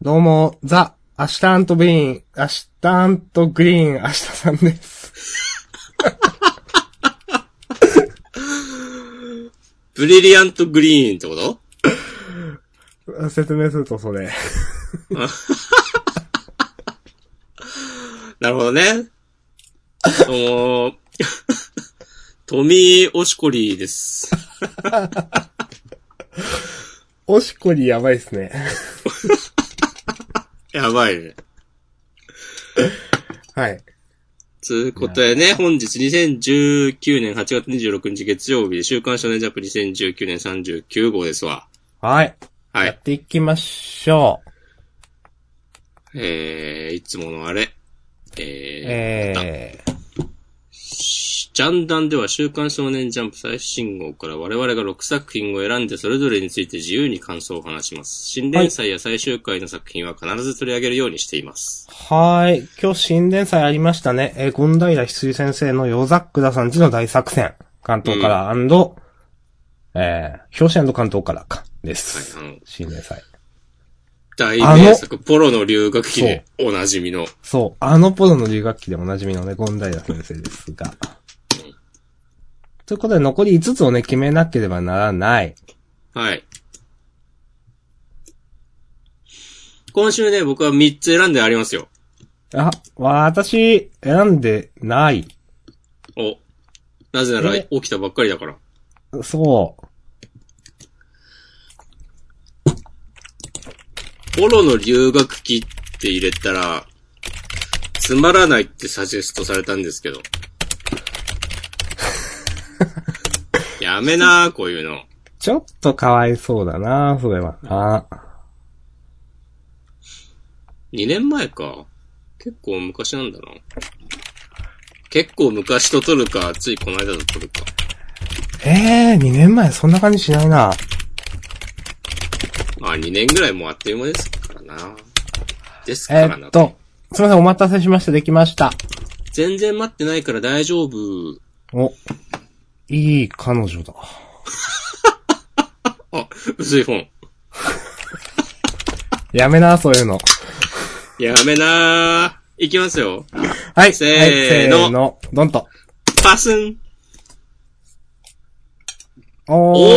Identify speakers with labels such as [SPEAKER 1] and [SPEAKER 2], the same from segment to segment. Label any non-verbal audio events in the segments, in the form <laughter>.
[SPEAKER 1] どうも、ザ、アシタントグリーン、アシタントグリーン、アシタさんです。 <laughs>
[SPEAKER 2] ブリリアントグリーンってこと
[SPEAKER 1] 説明するとそれ。
[SPEAKER 2] なるほどね。その、 <laughs> トミー・オシコリーです。
[SPEAKER 1] おしこりやばいっすね。 <laughs>
[SPEAKER 2] やばいね。
[SPEAKER 1] はい。
[SPEAKER 2] つうことでね、本日2019年8月26日月曜日、週刊少年ジャンプ2019年39号ですわ。
[SPEAKER 1] はい。
[SPEAKER 2] は
[SPEAKER 1] や
[SPEAKER 2] い
[SPEAKER 1] っ。ていきましょう。
[SPEAKER 2] えー、いつものあれ。えー、
[SPEAKER 1] え
[SPEAKER 2] ジャンダンでは週刊少年ジャンプ最新号から我々が6作品を選んでそれぞれについて自由に感想を話します。新連載や最終回の作品は必ず取り上げるようにしています。
[SPEAKER 1] ー、はーい。今日新連載ありましたね。えー、権平翡翠先生のヨザックダさんちの大作戦。関東から、アンドえー、表紙関東からか。です。
[SPEAKER 2] はいあの
[SPEAKER 1] 新連載。
[SPEAKER 2] 大名作、ポロの留学記でおなじみの。
[SPEAKER 1] そう。あのポロの留学期でおなじみのね、ゴンダイラ先生ですが。ということで、残り5つをね、決めなければならない。
[SPEAKER 2] はい。今週ね、僕は3つ選んでありますよ。
[SPEAKER 1] あ、わ私、選んでない。
[SPEAKER 2] お。なぜなら
[SPEAKER 1] え
[SPEAKER 2] 起きたばっかりだから。
[SPEAKER 1] そう。
[SPEAKER 2] ポロの留学記って入れたら、つまらないってサジェストされたんですけど。
[SPEAKER 1] <laughs>
[SPEAKER 2] やめなあこういうの。
[SPEAKER 1] ちょっとかわいそうだな、それは。あ、
[SPEAKER 2] 2年前か。結構昔なんだな。結構昔と撮るか、ついこの間と撮るか。
[SPEAKER 1] ええー、2年前そんな感じしないな。
[SPEAKER 2] まあ2年ぐらいもうあっという間ですからな。ですか
[SPEAKER 1] え
[SPEAKER 2] らな。
[SPEAKER 1] ーっと、すみません、お待たせしました、できました。
[SPEAKER 2] 全然待ってないから大丈夫。
[SPEAKER 1] お、いい彼女だ。
[SPEAKER 2] あ、薄い本。
[SPEAKER 1] やめな、そういうの。
[SPEAKER 2] やめなあいきますよ。
[SPEAKER 1] はい、
[SPEAKER 2] せーの
[SPEAKER 1] はい、せーの、どんと。
[SPEAKER 2] パスン
[SPEAKER 1] おー。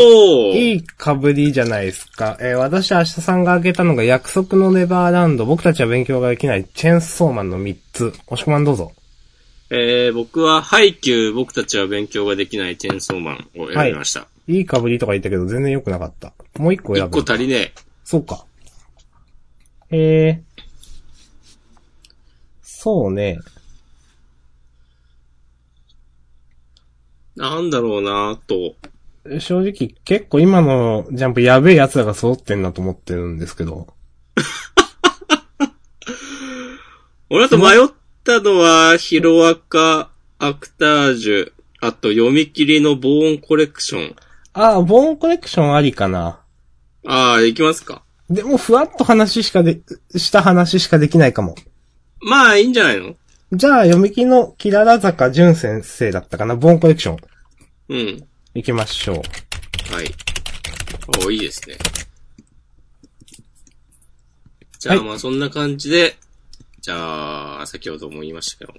[SPEAKER 2] おー
[SPEAKER 1] いい被りじゃないですか。えー私、明日さんが挙げたのが、約束のネバーランド、僕たちは勉強ができない、チェーンソーマンの3つ。おしこまんどうぞ。
[SPEAKER 2] えー、僕は、ハイキュー、僕たちは勉強ができないチェーンソーマンを選びました。
[SPEAKER 1] いい被りとか言ったけど、全然良くなかった。もう1個
[SPEAKER 2] 一
[SPEAKER 1] 選
[SPEAKER 2] 個
[SPEAKER 1] ぶ。
[SPEAKER 2] 足りねえ。
[SPEAKER 1] そうか。えー。そうね。
[SPEAKER 2] なんだろうなと。
[SPEAKER 1] 正直、結構今のジャンプやべえ奴らが揃ってんなと思ってるんですけど。
[SPEAKER 2] 俺だと迷ったのは、ヒロアカ、アクタージュ、あと、読み切りの防音コレクション。
[SPEAKER 1] あー、ボーンコレクションありかな。
[SPEAKER 2] あー、いきますか。
[SPEAKER 1] でも、ふわっと話しかで、した話しかできないかも。
[SPEAKER 2] まあ、いいんじゃないの
[SPEAKER 1] じゃあ、読み切りのキララ坂淳先生だったかな、ボーンコレクション。
[SPEAKER 2] うん。
[SPEAKER 1] 行きましょう。
[SPEAKER 2] はい。お、いいですね。じゃあ、
[SPEAKER 1] はい
[SPEAKER 2] まあ、そんな感じで、じゃあ、先ほども言いましたけど、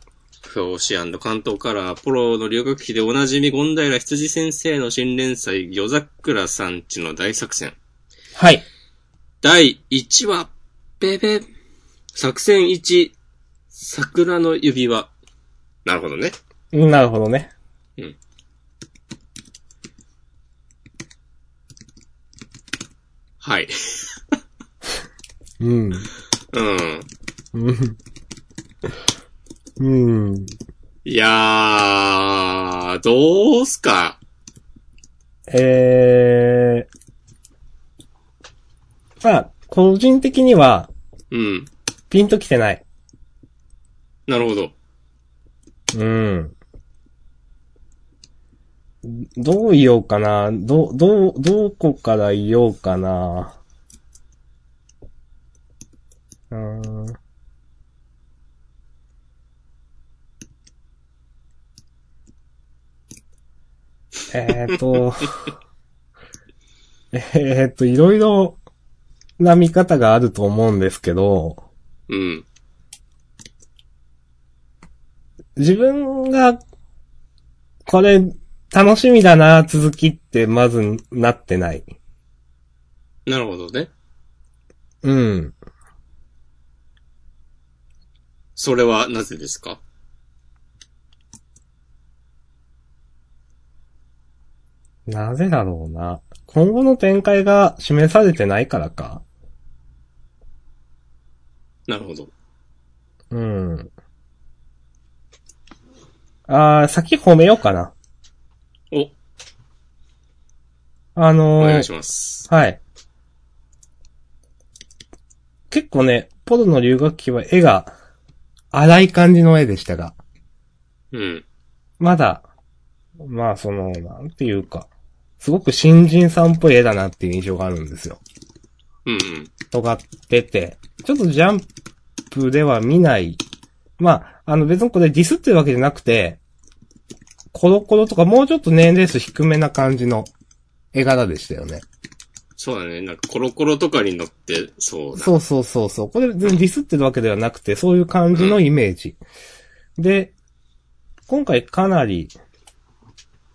[SPEAKER 2] 表紙関東カラー、ポロの留学費でおなじみ、権平羊先生の新連載、夜桜さんちの大作戦。
[SPEAKER 1] はい。
[SPEAKER 2] 第1話、べべ、作戦1、桜の指輪。なるほどね。
[SPEAKER 1] なるほどね。
[SPEAKER 2] はい。
[SPEAKER 1] うん。
[SPEAKER 2] うん。
[SPEAKER 1] <laughs> うん。
[SPEAKER 2] いやー、どうすか
[SPEAKER 1] えー。まあ、個人的には、
[SPEAKER 2] うん。
[SPEAKER 1] ピンときてない。
[SPEAKER 2] なるほど。
[SPEAKER 1] うん。どう言おうかな。ど、どう、どこから言おうかな。うーん。 <laughs> えっ、ー、と、えっ、ー、と、いろいろな見方があると思うんですけど、
[SPEAKER 2] うん。
[SPEAKER 1] 自分が、これ、楽しみだな、続きって、まず、なってない。
[SPEAKER 2] なるほどね。
[SPEAKER 1] うん。
[SPEAKER 2] それはなぜですか
[SPEAKER 1] なぜだろうな。今後の展開が示されてないからか。
[SPEAKER 2] なるほど。
[SPEAKER 1] うん。あー、先褒めようかな。
[SPEAKER 2] お、
[SPEAKER 1] あ
[SPEAKER 2] お
[SPEAKER 1] の
[SPEAKER 2] 願い
[SPEAKER 1] ー
[SPEAKER 2] します。
[SPEAKER 1] はい。結構ね、ポロの留学期は絵が荒い感じの絵でしたが、
[SPEAKER 2] うん。
[SPEAKER 1] まだ、まあその、なんていうか、すごく新人さんっぽい絵だなっていう印象があるんですよ。
[SPEAKER 2] うんうん。
[SPEAKER 1] 尖ってて、ちょっとジャンプでは見ない。まあ、あの別にこれディスってるわけじゃなくて、コロコロとかもうちょっと年齢数低めな感じの絵柄でしたよね。
[SPEAKER 2] そうだね。なんかコロコロとかに乗って、そうだ。
[SPEAKER 1] そうそうそうそう。これ全然ディスってるわけではなくて、そういう感じのイメージ。で、今回かなり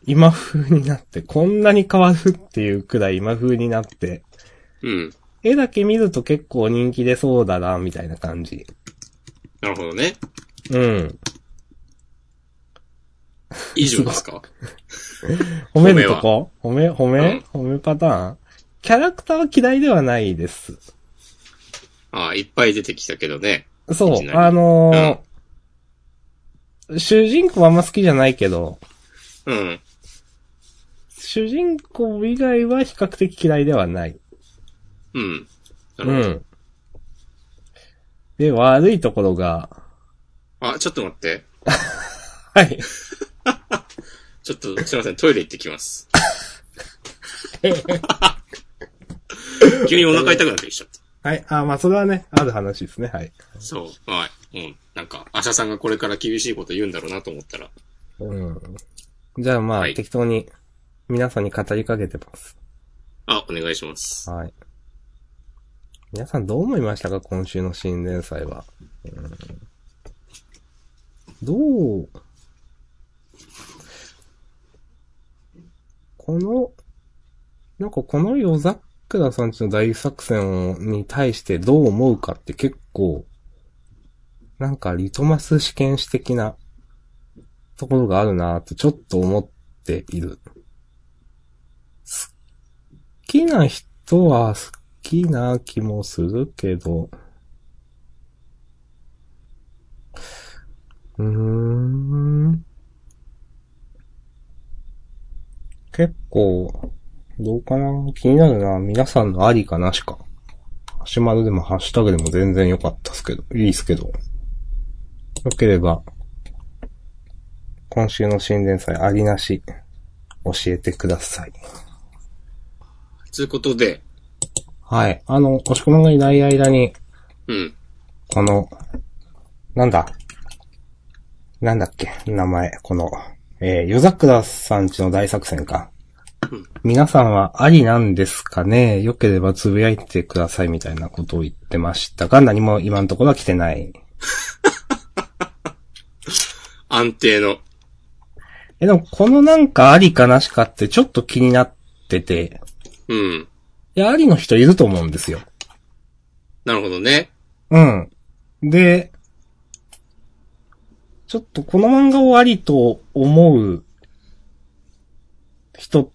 [SPEAKER 1] 今風になって、こんなに変わるっていうくらい今風になって、
[SPEAKER 2] うん。
[SPEAKER 1] 絵だけ見ると結構人気出そうだな、みたいな感じ。
[SPEAKER 2] なるほどね。
[SPEAKER 1] うん。
[SPEAKER 2] 以上で
[SPEAKER 1] <laughs>
[SPEAKER 2] すか
[SPEAKER 1] 褒めるとこ褒め、褒め、褒めパターンキャラクターは嫌いではないです。
[SPEAKER 2] ああ、いっぱい出てきたけどね。
[SPEAKER 1] そ
[SPEAKER 2] いうきな、り
[SPEAKER 1] あのー主人公はあんま好きじゃないけど、
[SPEAKER 2] うん。
[SPEAKER 1] 主人公以外は比較的嫌いではない。
[SPEAKER 2] うん。な
[SPEAKER 1] う
[SPEAKER 2] るほど。
[SPEAKER 1] ん。で、悪いところが、
[SPEAKER 2] あ、ちょっと待って。
[SPEAKER 1] はい。
[SPEAKER 2] ちょっと、すいません。トイレ行ってきます。急にお腹痛くなってきちゃっ
[SPEAKER 1] はい。あ、まあ、それはね、ある話ですね。はい。
[SPEAKER 2] た。そう。はい。うん。なんか、アシャさんがこれから厳しいこと言うんだろうなと思ったら。
[SPEAKER 1] うん。じゃあ、まあ、
[SPEAKER 2] はい
[SPEAKER 1] 適当に、皆さんに語りかけてます。
[SPEAKER 2] あ、お願いします。
[SPEAKER 1] はい。皆さんどう思いましたか今週の新連載は。うん、どうこの、なんかこの夜桜さんちの大作戦に対してどう思うかって結構、なんかリトマス試験紙的なところがあるなぁとちょっと思っている。好きな人は好きな気もするけど。うーん。結構、どうかな気になるな。皆さんのありかなしか。ハシマルでもハッシュタグでも全然良かったっすけど、いいっすけど。良ければ、今週の新連載ありなし、教えてください。
[SPEAKER 2] ということで、
[SPEAKER 1] はい。あの、押し込まんがいない間に、
[SPEAKER 2] うん。
[SPEAKER 1] この、なんだ。なんだっけ、名前。この、えー、夜桜さんちの大作戦か。
[SPEAKER 2] うん
[SPEAKER 1] 皆さんはありなんですかね良ければつぶやいてくださいみたいなことを言ってましたが、何も今のところは来てない。
[SPEAKER 2] 安定の。
[SPEAKER 1] え、でもこのなんかありかなしかってちょっと気になってて、
[SPEAKER 2] うん。
[SPEAKER 1] いや、ありの人いると思うんですよ。
[SPEAKER 2] なるほどね。
[SPEAKER 1] うん。で、ちょっとこの漫画をありと思う人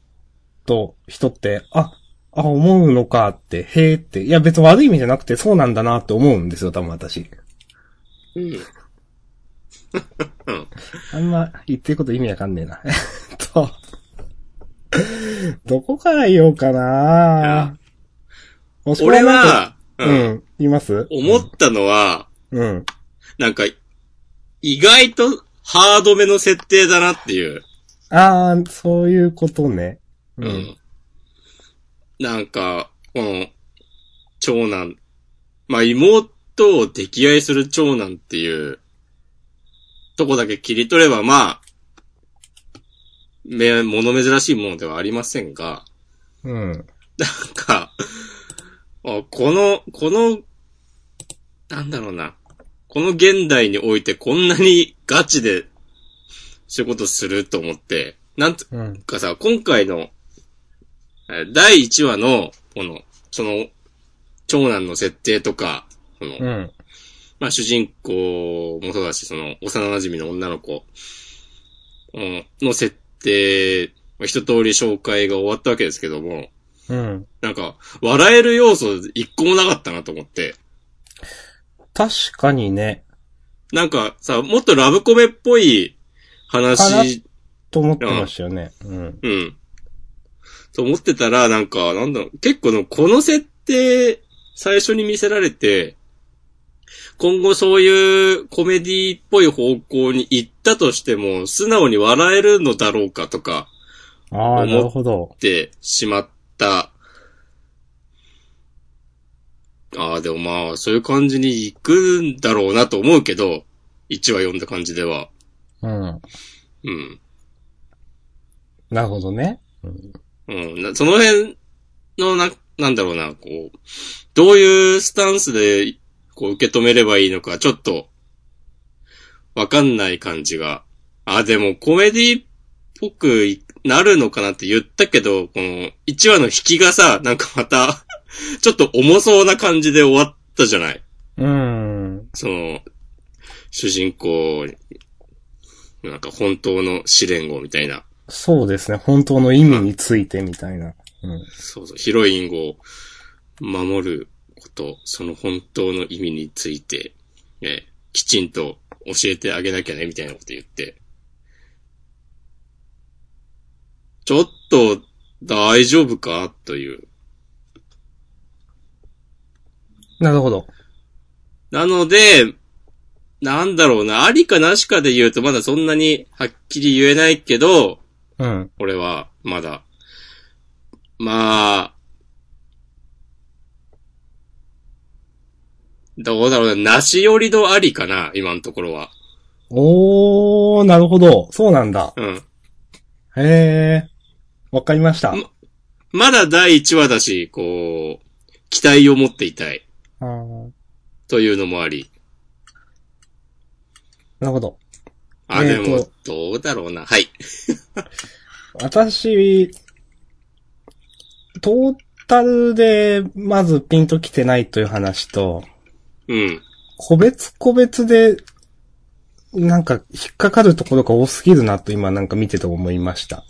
[SPEAKER 1] と、人って、あ、あ、思うのかって、へえって、いや別に悪い意味じゃなくてそうなんだなって思うんですよ、多分私。
[SPEAKER 2] うん。うん。
[SPEAKER 1] あんま言ってること意味わかんねえな。 <laughs> えっと、どこから言おうかな押し込ま
[SPEAKER 2] 俺
[SPEAKER 1] んなんか
[SPEAKER 2] は、
[SPEAKER 1] う
[SPEAKER 2] うん。
[SPEAKER 1] ん、言います
[SPEAKER 2] 思ったのは、
[SPEAKER 1] うん。
[SPEAKER 2] なんか、意外とハードめの設定だなっていう。
[SPEAKER 1] あー、そういうことね。
[SPEAKER 2] う。ん。なんか、この、長男。まあ、妹を溺愛する長男っていう、とこだけ切り取れば、まあ、め、物珍しいものではありませんが、
[SPEAKER 1] うん。
[SPEAKER 2] なんか、あ、この、この、なんだろうな。この現代においてこんなにガチで、そういうことすると思って、なんと
[SPEAKER 1] うん。
[SPEAKER 2] かさ、今回の、えー第1話の、この、その、長男の設定とか、その、
[SPEAKER 1] うん。
[SPEAKER 2] まあ主人公もそうだし、その、幼馴染の女の子、うん、の設定、まあ一通り紹介が終わったわけですけども、
[SPEAKER 1] うん。
[SPEAKER 2] なんか、笑える要素一個もなかったなと思って。
[SPEAKER 1] 確かにね、
[SPEAKER 2] なんかさ、もっとラブコメっぽい
[SPEAKER 1] かな
[SPEAKER 2] 話、
[SPEAKER 1] と思ってましたよね。うん。
[SPEAKER 2] うん。と思ってたら、なんか、なんだろう、結構の、この設定、最初に見せられて、今後そういうコメディっぽい方向に行ったとしても、素直に笑えるのだろうかとか、
[SPEAKER 1] ああ、なるほど
[SPEAKER 2] っ。てしまった。ああ、でもまあ、そういう感じに行くんだろうなと思うけど、1話読んだ感じでは。
[SPEAKER 1] うん。
[SPEAKER 2] うん。
[SPEAKER 1] なるほどね。
[SPEAKER 2] うん。なその辺の、な、なんだろうな、こう、どういうスタンスで、こう、受け止めればいいのか、ちょっと、わかんない感じが。あ、でも、コメディっぽくいなるのかなって言ったけど、この、1話の引きがさ、なんかまた、ちょっと重そうな感じで終わったじゃない
[SPEAKER 1] うん。
[SPEAKER 2] その、主人公、なんか本当の試練をみたいな。
[SPEAKER 1] そうですね。本当の意味についてみたいな。うん。
[SPEAKER 2] そうそう、ヒロインを守ること、その本当の意味について、えきちんと教えてあげなきゃね、みたいなこと言って。ちょっと、大丈夫かという。
[SPEAKER 1] なるほど。
[SPEAKER 2] なので、なんだろうな、ありかなしかで言うとまだそんなにはっきり言えないけど、
[SPEAKER 1] うん。
[SPEAKER 2] 俺は、まだ。まあ、どうだろうな、なし寄りのありかな、今のところは。
[SPEAKER 1] おー、なるほど。そうなんだ。
[SPEAKER 2] うん。
[SPEAKER 1] へえ。わかりました。
[SPEAKER 2] んまだ第1話だし、こう、期待を持っていたい、
[SPEAKER 1] あー
[SPEAKER 2] というのもあり。
[SPEAKER 1] なるほど。
[SPEAKER 2] あ、
[SPEAKER 1] え
[SPEAKER 2] で
[SPEAKER 1] ーと
[SPEAKER 2] も、どうだろうな、はい。
[SPEAKER 1] 私、トータルで、まずピンときてないという話と、
[SPEAKER 2] うん。
[SPEAKER 1] 個別個別で、なんか引っかかるところが多すぎるなと今なんか見てて思いました。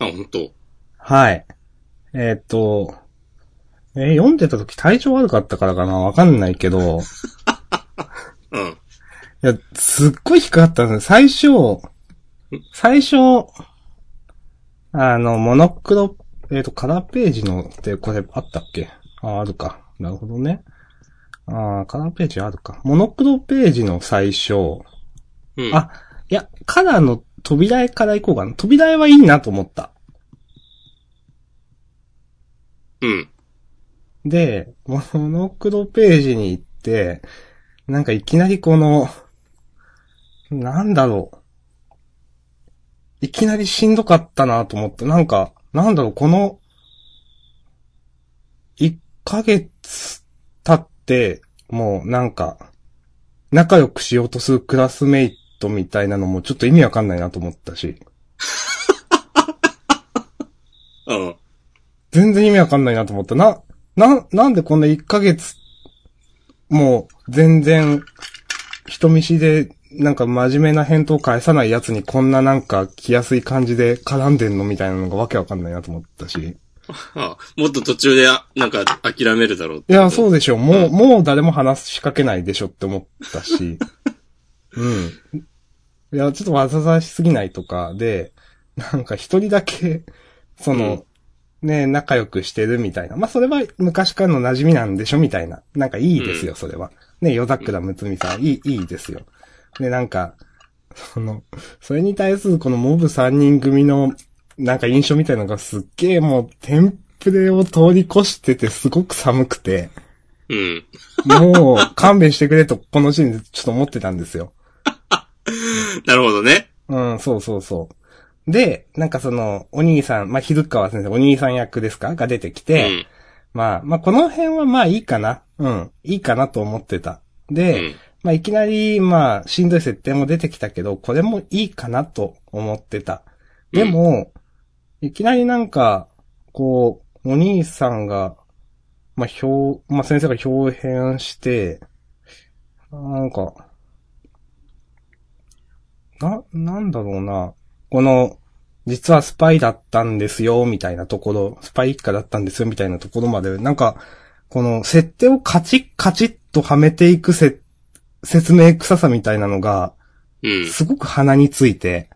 [SPEAKER 2] あ、本当
[SPEAKER 1] はい。えーっ、と、えー読んでた時体調悪かったからかなわかんないけど、い
[SPEAKER 2] うん。
[SPEAKER 1] や、すっごい引っかかったんですよ最初、最初、あの、モノクロ、えーっ、と、カラーページのってこれあったっけあ、あるか。なるほどね。あーカラーページあるか。モノクロページの最初、
[SPEAKER 2] うん。
[SPEAKER 1] あ、いや、カラーの扉絵から行こうかな。扉絵はいいなと思った。
[SPEAKER 2] うん。
[SPEAKER 1] で、モノクロページに行って、なんかいきなりこの、なんだろう。いきなりしんどかったなと思って、なんか、なんだろう、この、1ヶ月経って、もうなんか、仲良くしようとするクラスメイトみたいなのもちょっと意味わかんないなと思ったし。
[SPEAKER 2] うん。
[SPEAKER 1] 全然意味わかんないなと思った。な、な、なんでこんな1ヶ月、もう全然、人見知りで、なんか真面目な返答返さないやつにこんななんか来やすい感じで絡んでんのみたいなのがわけわかんないなと思ったし。
[SPEAKER 2] あ、もっと途中で、あなんか、諦めるだろう
[SPEAKER 1] いや、そうでしょ。も
[SPEAKER 2] う
[SPEAKER 1] う、もう誰も話しかけないでしょって思ったし。うん。いや、ちょっとわざわざしすぎないとかで、なんか一人だけ、その、ね、仲良くしてるみたいな。まあ、それは昔からの馴染みなんでしょみたいな。なんかいいですよ、それは。ね、夜桜むつみさん、いい、いいですよ。で、なんか、その、それに対するこのモブ3人組の、なんか印象みたいなのがすっげえもう、テンプレを通り越しててすごく寒くて、
[SPEAKER 2] うん。
[SPEAKER 1] もう勘弁してくれと、このシーンでちょっと思ってたんですよ。
[SPEAKER 2] なるほどね。
[SPEAKER 1] うん、そうそうそう。で、なんかその、お兄さん、まあ、昼川先生、お兄さん役ですかが出てきて、まあ、まあこの辺はまあいいかな。うん。いいかなと思ってた。
[SPEAKER 2] う
[SPEAKER 1] で、
[SPEAKER 2] ん。
[SPEAKER 1] まあいきなり、まあしんどい設定も出てきたけど、これもいいかなと思ってた。でも、いきなりなんか、こう、お兄さんが、まあ表、まあ先生が表変して、なんか、な、なんだろうな。この、実はスパイだったんですよ、みたいなところ、スパイ一家だったんですよ、みたいなところまで、なんか、この設定をカチッカチッとはめていくせ、説明臭さみたいなのが、
[SPEAKER 2] うん。
[SPEAKER 1] すごく鼻について、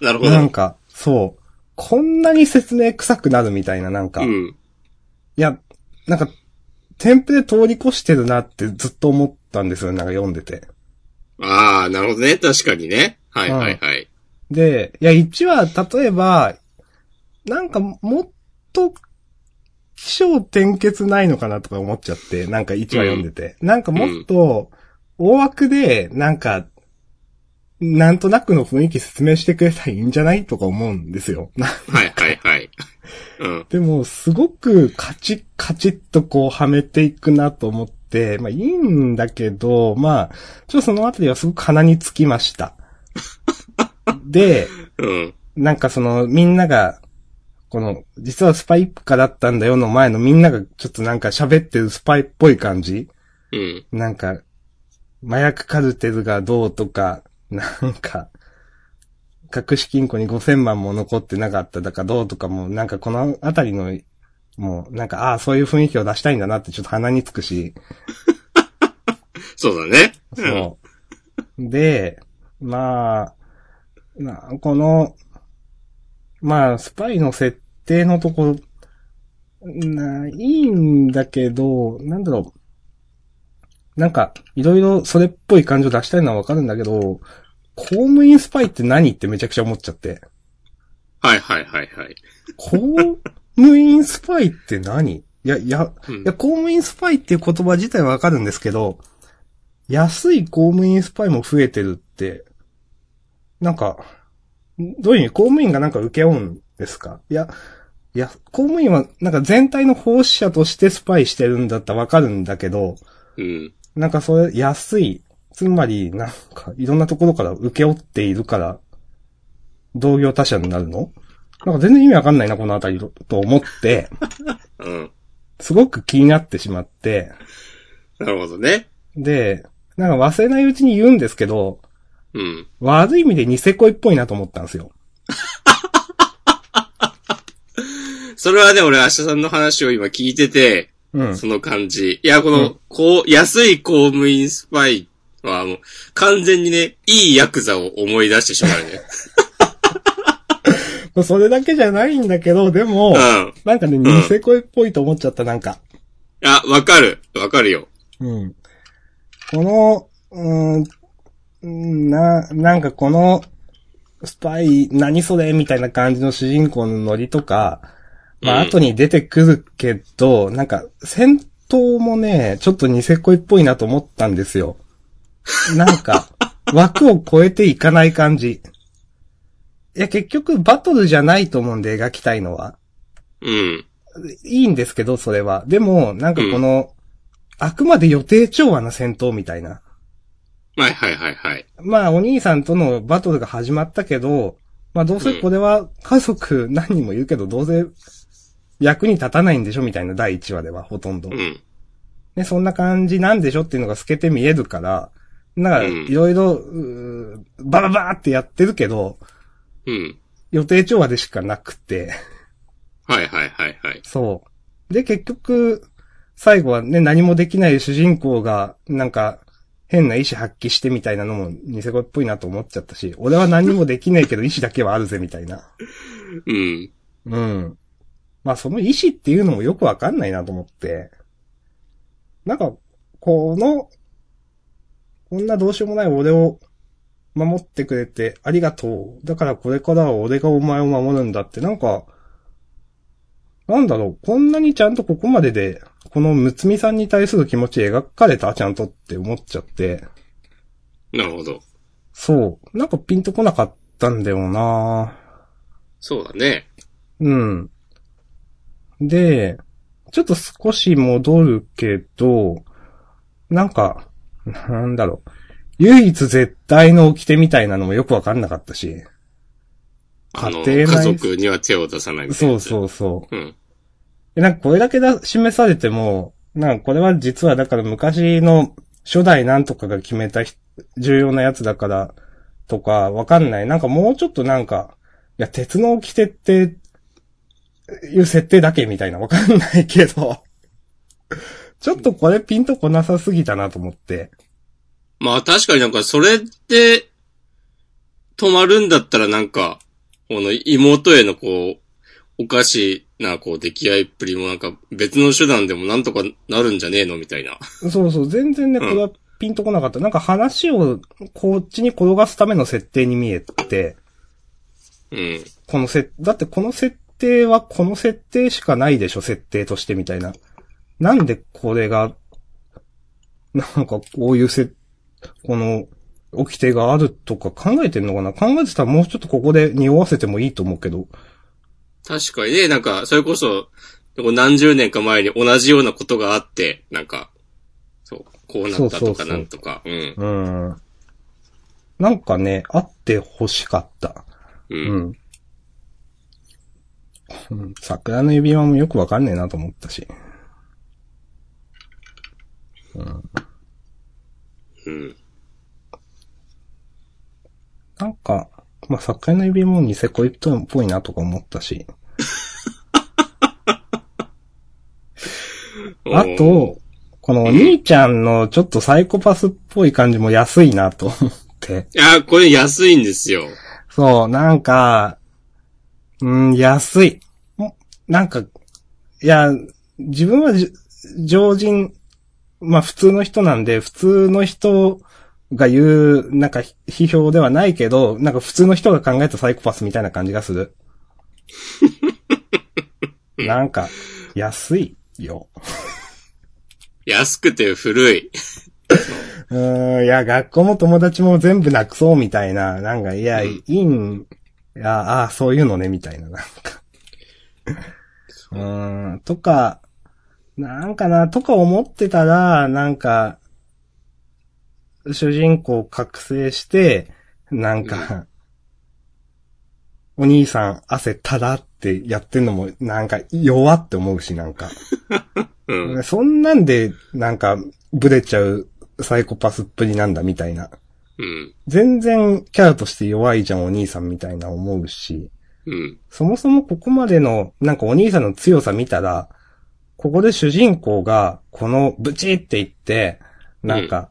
[SPEAKER 2] なるほ
[SPEAKER 1] なん
[SPEAKER 2] ど。
[SPEAKER 1] か、そう、こんなに説明臭くなるみたいな、なんか、
[SPEAKER 2] う
[SPEAKER 1] い
[SPEAKER 2] ん。
[SPEAKER 1] や、なんか、テンプレ通り越してるなってずっと思ったんですよ、なんか読んでて。
[SPEAKER 2] ああ、なるほどね。確かにね。はい
[SPEAKER 1] うん
[SPEAKER 2] はいはい。
[SPEAKER 1] で、いや、1話、例えば、なんか、もっと、気象転結ないのかなとか思っちゃって、なんか1話読んでて。なんかもっと、大枠で、なんか、なんとなくの雰囲気説明してくれたらいいんじゃないとか思うんですよ。 <laughs> な
[SPEAKER 2] はいはいはい。うん。
[SPEAKER 1] でも、すごくカチッカチッとこうはめていくなと思って、まあいいんだけど、まあ、ちょっとそのあたりはすごく鼻につきました。で、
[SPEAKER 2] うん。
[SPEAKER 1] なんかその、みんなが、この、実はスパイ一家だったんだよの前のみんながちょっとなんか喋ってるスパイっぽい感じ
[SPEAKER 2] うん。
[SPEAKER 1] なんか、麻薬カルテルがどうとか、 <laughs> なんか、隠し金庫に5000万も残ってなかっただかどうとかも、なんかこのあたりの、もう、なんか、ああ、そういう雰囲気を出したいんだなってちょっと鼻につくし、
[SPEAKER 2] そうだね。うん。
[SPEAKER 1] そう。で、まあ、なこの、まあ、スパイの設定のところ、ないいんだけど、なんだろう。なんか、いろいろそれっぽい感情出したいのはわかるんだけど、公務員スパイって何ってめちゃくちゃ思っちゃって。
[SPEAKER 2] はいはいはいはい。
[SPEAKER 1] 公務員スパイって何いや、いや、
[SPEAKER 2] うん
[SPEAKER 1] いや、公務員スパイっていう言葉自体はわかるんですけど、安い公務員スパイも増えてるって、なんか、どういう意味公務員がなんか受け負うんですかいや、いや、公務員はなんか全体の奉仕者としてスパイしてるんだったらわかるんだけど、
[SPEAKER 2] うん。
[SPEAKER 1] なんかそれ安い、つまりなんかいろんなところから受け負っているから、同業他社になるのなんか全然意味わかんないな、このあたりとと思って、
[SPEAKER 2] うん。
[SPEAKER 1] すごく気になってしまって、
[SPEAKER 2] なるほどね。
[SPEAKER 1] で、なんか忘れないうちに言うんですけど、
[SPEAKER 2] うん。
[SPEAKER 1] 悪い意味でニセ恋っぽいなと思ったんですよ。
[SPEAKER 2] それはね、俺、明日さんの話を今聞いてて、
[SPEAKER 1] うん。
[SPEAKER 2] その感じ。いや、この、
[SPEAKER 1] うん
[SPEAKER 2] こう、安い公務員スパイは、もう、完全にね、いいヤクザを思い出してしまうね。
[SPEAKER 1] それだけじゃないんだけど、でも、
[SPEAKER 2] うん。
[SPEAKER 1] なんかね、ニセ恋っぽいと思っちゃった、なんか。
[SPEAKER 2] あ、わかる。わかるよ。
[SPEAKER 1] うん。この、うーん、な、なんかこの、スパイ、何それみたいな感じの主人公のノリとか、まあ、
[SPEAKER 2] うん
[SPEAKER 1] 後に出てくるけど、なんか、戦闘もね、ちょっとニセ恋っぽいなと思ったんですよ。なん
[SPEAKER 2] <laughs>
[SPEAKER 1] か、枠を超えていかない感じ。いや、結局、バトルじゃないと思うんで、描きたいのは。
[SPEAKER 2] うん。
[SPEAKER 1] いいんですけど、それは。でも、なんかこの、あくまで予定調和な戦闘みたいな。
[SPEAKER 2] はいはいはいはい。
[SPEAKER 1] まあ、お兄さんとのバトルが始まったけど、まあ、どうせこれは家族何人もいるけど、どうせ役に立たないんでしょみたいな第1話ではほとんど
[SPEAKER 2] う。ん。
[SPEAKER 1] ね、そんな感じなんでしょっていうのが透けて見えるから、なんか、
[SPEAKER 2] うん
[SPEAKER 1] いろいろ、うーバババーってやってるけど、
[SPEAKER 2] うん。
[SPEAKER 1] 予定調和でしかなくて。
[SPEAKER 2] はいはいはいはい。
[SPEAKER 1] そう。で、結局、最後はね、何もできない主人公が、なんか、変な意志発揮してみたいなのも、ニセコっぽいなと思っちゃったし、俺は何もできないけど意志だけはあるぜ、みたいな。
[SPEAKER 2] うん。
[SPEAKER 1] うん。まあ、その意志っていうのもよくわかんないなと思って。なんか、この、こんなどうしようもない俺を守ってくれてありがとう。だからこれからは俺がお前を守るんだって、なんか、なんだろう、こんなにちゃんとここまでで、このむつみさんに対する気持ち描かれたちゃんとって思っちゃって、
[SPEAKER 2] なるほど。
[SPEAKER 1] そう、なんかピンとこなかったんだよなぁ。
[SPEAKER 2] そうだね。
[SPEAKER 1] うん。で、ちょっと少し戻るけど、なんか、なんだろう。唯一絶対の掟みたいなのもよくわかんなかったし。
[SPEAKER 2] あの、
[SPEAKER 1] 家庭内
[SPEAKER 2] 家族には手を出さないみた
[SPEAKER 1] そ
[SPEAKER 2] いなや
[SPEAKER 1] う
[SPEAKER 2] つ。
[SPEAKER 1] そうそう。
[SPEAKER 2] う。うん。
[SPEAKER 1] でなんかこれだけだ示されても、なんかこれは実はだから昔の初代なんとかが決めたひ重要なやつだからとかわかんない。なんかもうちょっとなんか、いや、鉄の掟っていう設定だけみたいなわかんないけど、ちょっとこれピンとこなさすぎたなと思って。
[SPEAKER 2] まあ確かになんかそれで止まるんだったらなんか、この妹へのこう、おかしなこう出来合いっぷりもなんか別の手段でもなんとかなるんじゃねえのみたいな。
[SPEAKER 1] そうそう、全然ね、こ
[SPEAKER 2] うん
[SPEAKER 1] れはピンとこなかった。なんか話をこっちに転がすための設定に見えて、
[SPEAKER 2] うん。
[SPEAKER 1] このせ、だってこの設定はこの設定しかないでしょ、設定としてみたいな。なんでこれが、なんかこういうせ、この、掟があるとか考えてんのかな考えてたらもうちょっとここで匂わせてもいいと思うけど。
[SPEAKER 2] 確かにね、なんかそれこそ、こう何十年か前に同じようなことがあって、なんか、そう、こうなった
[SPEAKER 1] そ
[SPEAKER 2] と
[SPEAKER 1] うそ
[SPEAKER 2] か
[SPEAKER 1] うそう
[SPEAKER 2] なんとか、うん。
[SPEAKER 1] うん。なんかね、あって欲しかった。
[SPEAKER 2] う。
[SPEAKER 1] うんん。うん桜の指輪もよくわかんねえなと思ったし。
[SPEAKER 2] うん。
[SPEAKER 1] なんか、まあ、桜の指輪もニセコイっぽいなとか思ったし。あと、このお兄ちゃんのちょっとサイコパスっぽい感じも安いなと思って。
[SPEAKER 2] いや、これ安いんですよ。
[SPEAKER 1] そう、なんか、うん、安い。んなんか、いや、自分はじ常人、まあ普通の人なんで、普通の人が言う、なんかひ批評ではないけど、なんか普通の人が考えたサイコパスみたいな感じがす <laughs> る。なんか、安いよ。
[SPEAKER 2] 安くて古い。
[SPEAKER 1] うーん、いや、学校も友達も全部なくそうみたいな、なんか、いや、
[SPEAKER 2] うん
[SPEAKER 1] いいん、いや、ああ、そういうのね、みたいな、なんか。うーん、とか、なんかな、とか思ってたら、なんか、主人公覚醒して、なんか、お兄さん汗たらってやってんのも、なんか弱って思うし、なんか。
[SPEAKER 2] うん。
[SPEAKER 1] そんなんで、なんか、ブレちゃうサイコパスっぷりなんだみたいな。
[SPEAKER 2] うん。
[SPEAKER 1] 全然キャラとして弱いじゃんお兄さんみたいな思うし、
[SPEAKER 2] うん。
[SPEAKER 1] そもそもここまでの、なんかお兄さんの強さ見たら、ここで主人公が、このブチって言って、なんか、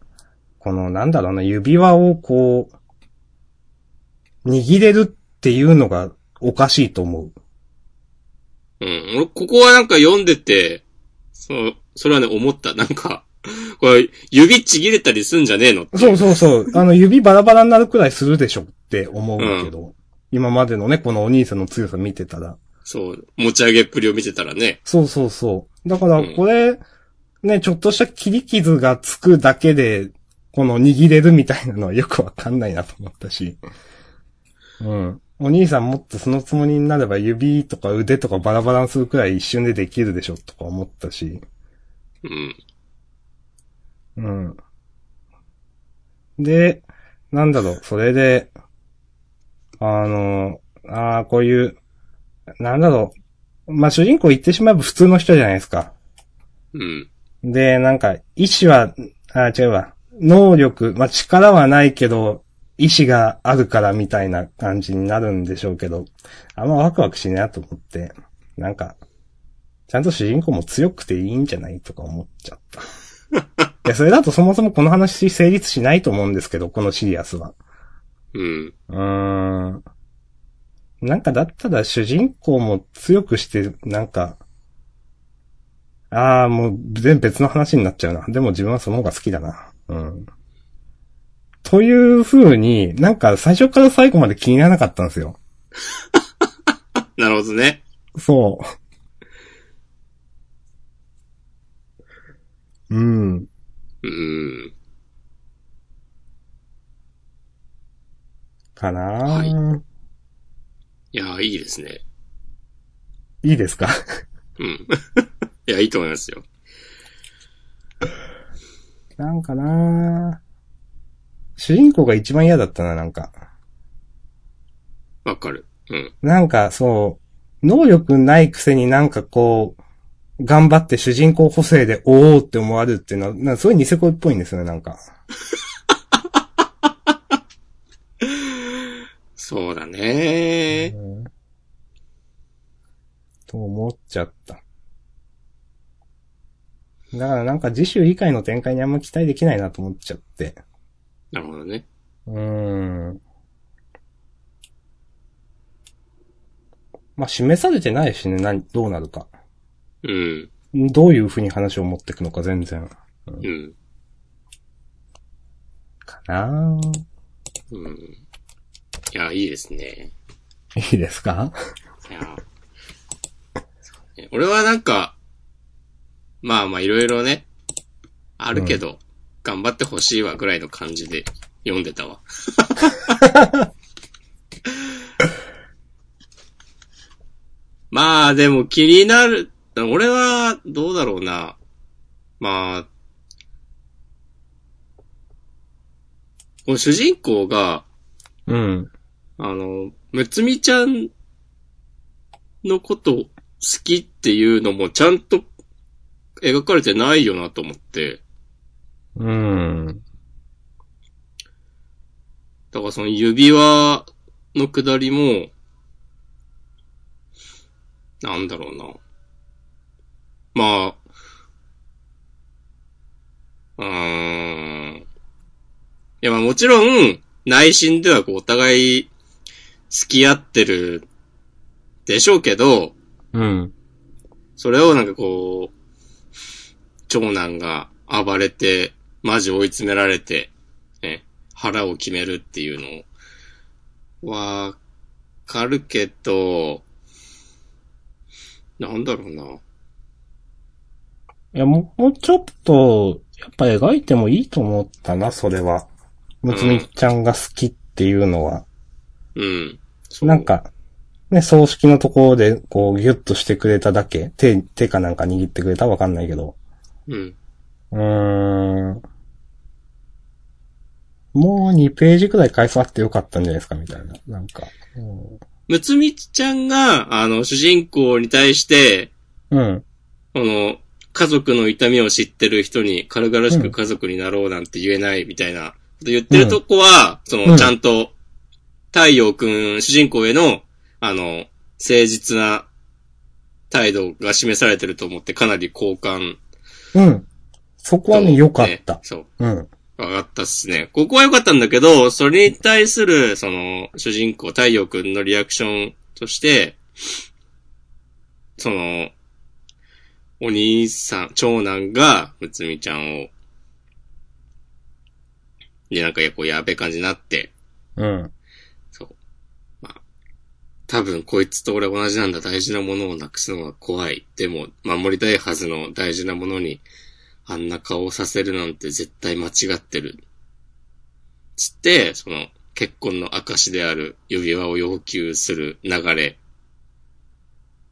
[SPEAKER 1] このなんだろうな、指輪をこう、握れるっていうのがおかしいと思う。
[SPEAKER 2] うん。俺、ここはなんか読んでて、そう、それはね、思った。なんか、これ、指ちぎれたりすんじゃねえの
[SPEAKER 1] そうそうそう。あの、指バラバラになるくらいするでしょって思うけど。今までのね、このお兄さんの強さ見てたら。
[SPEAKER 2] そう、持ち上げっぷりを見てたらね。
[SPEAKER 1] そうそうそう。だから、これ、ね、ちょっとした切り傷がつくだけで、この握れるみたいなのはよくわかんないなと思ったし。うん。お兄さんもっとそのつもりになれば指とか腕とかバラバラにするくらい一瞬でできるでしょとか思ったし。
[SPEAKER 2] うん。
[SPEAKER 1] うん。で、なんだろう、それで、あの、ああ、こういう、なんだろう、まあ、主人公言ってしまえば普通の人じゃないですか。
[SPEAKER 2] うん。
[SPEAKER 1] で、なんか、意志は、あ違うわ、能力、まあ、力はないけど、意志があるからみたいな感じになるんでしょうけど、あんまワクワクしねえなと思って、なんか、ちゃんと主人公も強くていいんじゃないとか思っちゃった。いや、それだとそもそもこの話成立しないと思うんですけど、このシリアスは。
[SPEAKER 2] うん。
[SPEAKER 1] うーん。なんかだったら主人公も強くして、なんか、ああ、もう全然別の話になっちゃうな。でも自分はその方が好きだな。うん。という風に、なんか最初から最後まで気にならなかったんですよ。
[SPEAKER 2] なるほどね。
[SPEAKER 1] そう。 <laughs> うん。
[SPEAKER 2] うん。
[SPEAKER 1] かな、
[SPEAKER 2] はい
[SPEAKER 1] い、
[SPEAKER 2] いやー、いいですね。
[SPEAKER 1] いいですか <laughs>
[SPEAKER 2] うん。 <laughs> いや、いいと思いますよ。
[SPEAKER 1] なんかな主人公が一番嫌だったな、なんか。
[SPEAKER 2] わかる。うん。
[SPEAKER 1] なんかそう、能力ないくせになんかこう、頑張って主人公補正でおおって思われるっていうのは、なんかすごいニセコっぽいんですよね、なんか。
[SPEAKER 2] そうだね
[SPEAKER 1] うんと思っちゃった。だからなんか次週以外の展開にあんま期待できないなと思っちゃって。
[SPEAKER 2] なるほどね。
[SPEAKER 1] うーん。まあ、示されてないしね、何、どうなるか。
[SPEAKER 2] うん。
[SPEAKER 1] どういう風に話を持っていくのか全然。
[SPEAKER 2] うん。
[SPEAKER 1] かなぁ
[SPEAKER 2] うん。いや、いいですね。
[SPEAKER 1] いいですか
[SPEAKER 2] いや。そうね俺はなんか、まあまあいろいろね、あるけど、頑張ってほしいわぐらいの感じで読んでたわ。まあでも気になる、俺はどうだろうな。まあ、この主人公が、
[SPEAKER 1] うん。
[SPEAKER 2] あの、むつみちゃんのこと好きっていうのもちゃんと描かれてないよなと思って。
[SPEAKER 1] うん。
[SPEAKER 2] だからその指輪のくだりも、なんだろうな。まあ、うーん。いやまあもちろん、内心ではこうお互い付き合ってるでしょうけど、
[SPEAKER 1] うん。
[SPEAKER 2] それをなんかこう、長男が暴れて、マジ追い詰められて、ね、腹を決めるっていうのを、わかるけど、なんだろうな。
[SPEAKER 1] いや、もう、もうちょっと、やっぱ描いてもいいと思ったな、それは。むつみちゃんが好きっていうのは。
[SPEAKER 2] うん。そう
[SPEAKER 1] なん。か、ね、葬式のところで、こう、ギュッとしてくれただけ。手、手かなんか握ってくれたわかんないけど。
[SPEAKER 2] うん。
[SPEAKER 1] うーん。もう2ページくらい回想あってよかったんじゃないですか、みたいな。なんか。
[SPEAKER 2] むつみちゃんが、あの、主人公に対して、
[SPEAKER 1] うん。
[SPEAKER 2] この、家族の痛みを知ってる人に軽々しく家族になろうなんて言えないみたいなこと言ってるとこは、そ
[SPEAKER 1] うん
[SPEAKER 2] の、ちゃんと、太陽くん、主人公への、あの、誠実な態度が示されてると思ってかなり好感
[SPEAKER 1] うん。そことは
[SPEAKER 2] 思て。
[SPEAKER 1] ね、良かった。
[SPEAKER 2] そう。
[SPEAKER 1] うん。
[SPEAKER 2] わかったっすね。ここは良かったんだけど、それに対する、その、主人公、太陽くんのリアクションとして、その、お兄さん、長男が、むつみちゃんを、で、なんか、こう、やべえ感じになって、
[SPEAKER 1] うん。
[SPEAKER 2] そう。まあ、多分、こいつと俺同じなんだ。大事なものをなくすのが怖い。でも、守りたいはずの大事なものに、あんな顔をさせるなんて絶対間違ってる。つって、その、結婚の証である指輪を要求する流れ。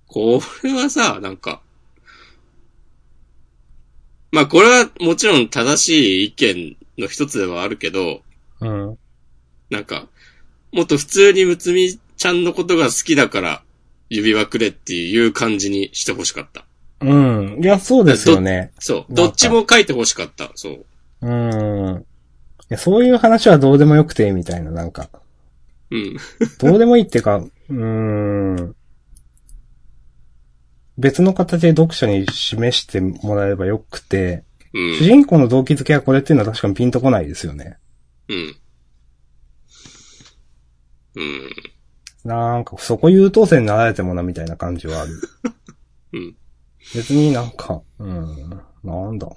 [SPEAKER 2] これはさ、なんか、まあこれはもちろん正しい意見の一つではあるけど、
[SPEAKER 1] うん。
[SPEAKER 2] なんか、もっと普通にむつみちゃんのことが好きだから、指輪くれっていう感じにしてほしかった。
[SPEAKER 1] うん。いや、そうですよね。
[SPEAKER 2] そう。
[SPEAKER 1] なんか
[SPEAKER 2] どっちも書いてほしかった。そう。
[SPEAKER 1] うん。いや、そういう話はどうでもよくて、みたいな、なんか。
[SPEAKER 2] うん。
[SPEAKER 1] どうでもいいっていうか、うーん。別の形で読者に示してもらえればよくて、
[SPEAKER 2] う
[SPEAKER 1] 主
[SPEAKER 2] ん。
[SPEAKER 1] 人公の動機づけはこれっていうのは確かにピンとこないですよね。
[SPEAKER 2] うん。うん。
[SPEAKER 1] なんか、そこ優等生になられてもな、みたいな感じはある。
[SPEAKER 2] <laughs> うん。
[SPEAKER 1] 別になんか、うん、なんだ。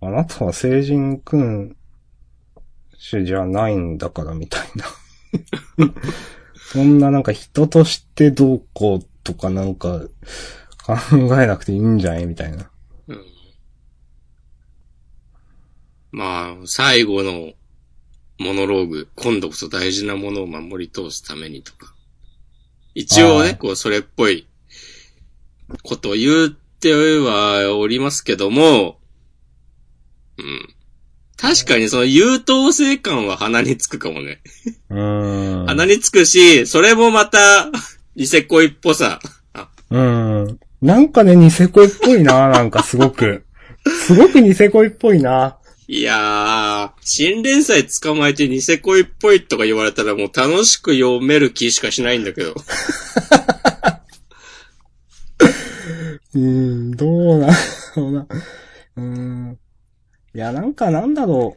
[SPEAKER 1] あなたは成人君主じゃないんだから、みたいな。 <laughs> そんななんか人としてどうこうとかなんか考えなくていいんじゃないみたいな。
[SPEAKER 2] うん。まあ、最後のモノローグ、今度こそ大事なものを守り通すためにとか。一応
[SPEAKER 1] あ
[SPEAKER 2] ね、
[SPEAKER 1] ー
[SPEAKER 2] こう、それっぽいことを言うってはおりますけども、うん。確かにその優等生感は鼻につくかもね。
[SPEAKER 1] うーん。
[SPEAKER 2] 鼻につくし、それもまた、ニセ恋っぽさ。あ
[SPEAKER 1] うん。なんかね、ニセ恋っぽいな、なんかすごく。すごくニセ恋っぽいな。
[SPEAKER 2] いやー、新連載捕まえてニセ恋っぽいとか言われたらもう楽しく読める気しかしないんだけど。
[SPEAKER 1] うーん、どうなのな。うーん。いや、なんかなんだろ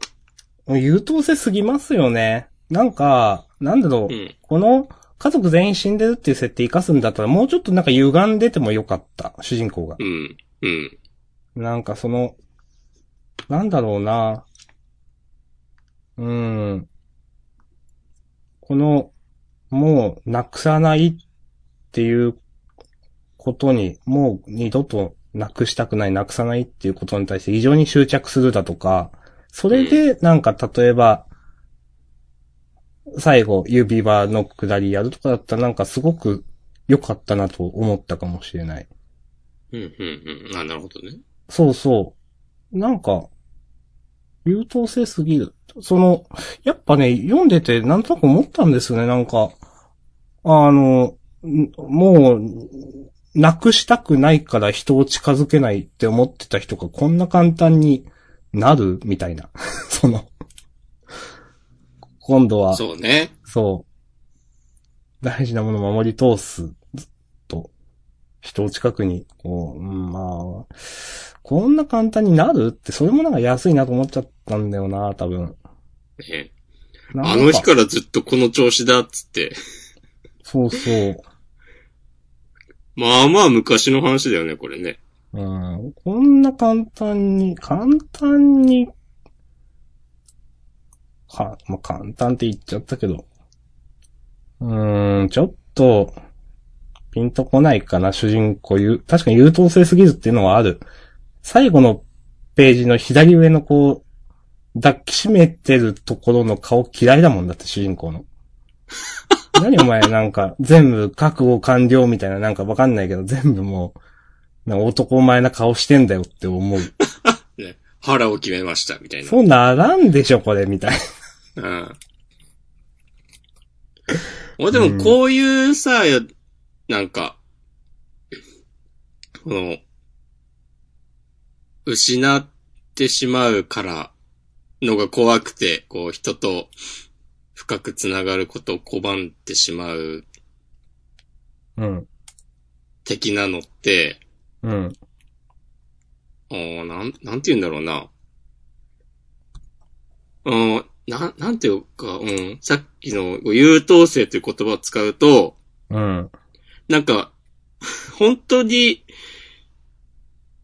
[SPEAKER 1] う。優等生すぎますよね。なんか、なんだろ
[SPEAKER 2] う
[SPEAKER 1] う。
[SPEAKER 2] ん。
[SPEAKER 1] この、家族全員死んでるっていう設定生かすんだったら、もうちょっとなんか歪んでてもよかった、主人公が。
[SPEAKER 2] うん。うん。
[SPEAKER 1] なんかその、なんだろうな。うーん。この、もうなくさないっていうことに、もう二度となくしたくない、なくさないっていうことに対して非常に執着するだとか、それでなんか例えば、最後指輪のくだりやるとかだったらなんかすごく良かったなと思ったかもしれない。
[SPEAKER 2] うん、うん、うん。あ、なるほどね。
[SPEAKER 1] そうそう。なんか、優等生すぎる。その、やっぱね、読んでてなんとなく思ったんですよね、なんか。あの、んもう、なくしたくないから人を近づけないって思ってた人がこんな簡単になるみたいな。 <laughs> その、今度は、
[SPEAKER 2] そうね。
[SPEAKER 1] そう。大事なものを守り通す。ずっと。人を近くに、こう、うん、まあ、こんな簡単になるって、それもなんか安いなと思っちゃったんだよな、多分。
[SPEAKER 2] ね
[SPEAKER 1] なんか
[SPEAKER 2] あの日からずっとこの調子だっつって。
[SPEAKER 1] そうそう。
[SPEAKER 2] まあまあ昔の話だよね、これね。
[SPEAKER 1] うん。こんな簡単に、簡単に、か、まあ、簡単って言っちゃったけど。うーん、ちょっと、ピンとこないかな、主人公ゆう、確かに優等生すぎるっていうのはある。最後のページの左上のこう、抱きしめてるところの顔嫌いだもんだって、主人公の。何お前なんか、全部覚悟完了みたいななんかわかんないけど、全部もう、なんか男前な顔してんだよって思 <laughs> う。
[SPEAKER 2] ね腹を決めました、みたいな。
[SPEAKER 1] そうならんでしょ、これ、みたいな。
[SPEAKER 2] うん。俺でもこういうさ、なんか、この、失ってしまうからのが怖くて、こう人と深くつながることを拒んでしまう
[SPEAKER 1] うん。
[SPEAKER 2] 的なのって、
[SPEAKER 1] うん。
[SPEAKER 2] おーなん、なんて言うんだろうな。うん、なん、なんていうか、うん、さっきの優等生という言葉を使うと、
[SPEAKER 1] うん。
[SPEAKER 2] なんか、 <laughs> 本当に、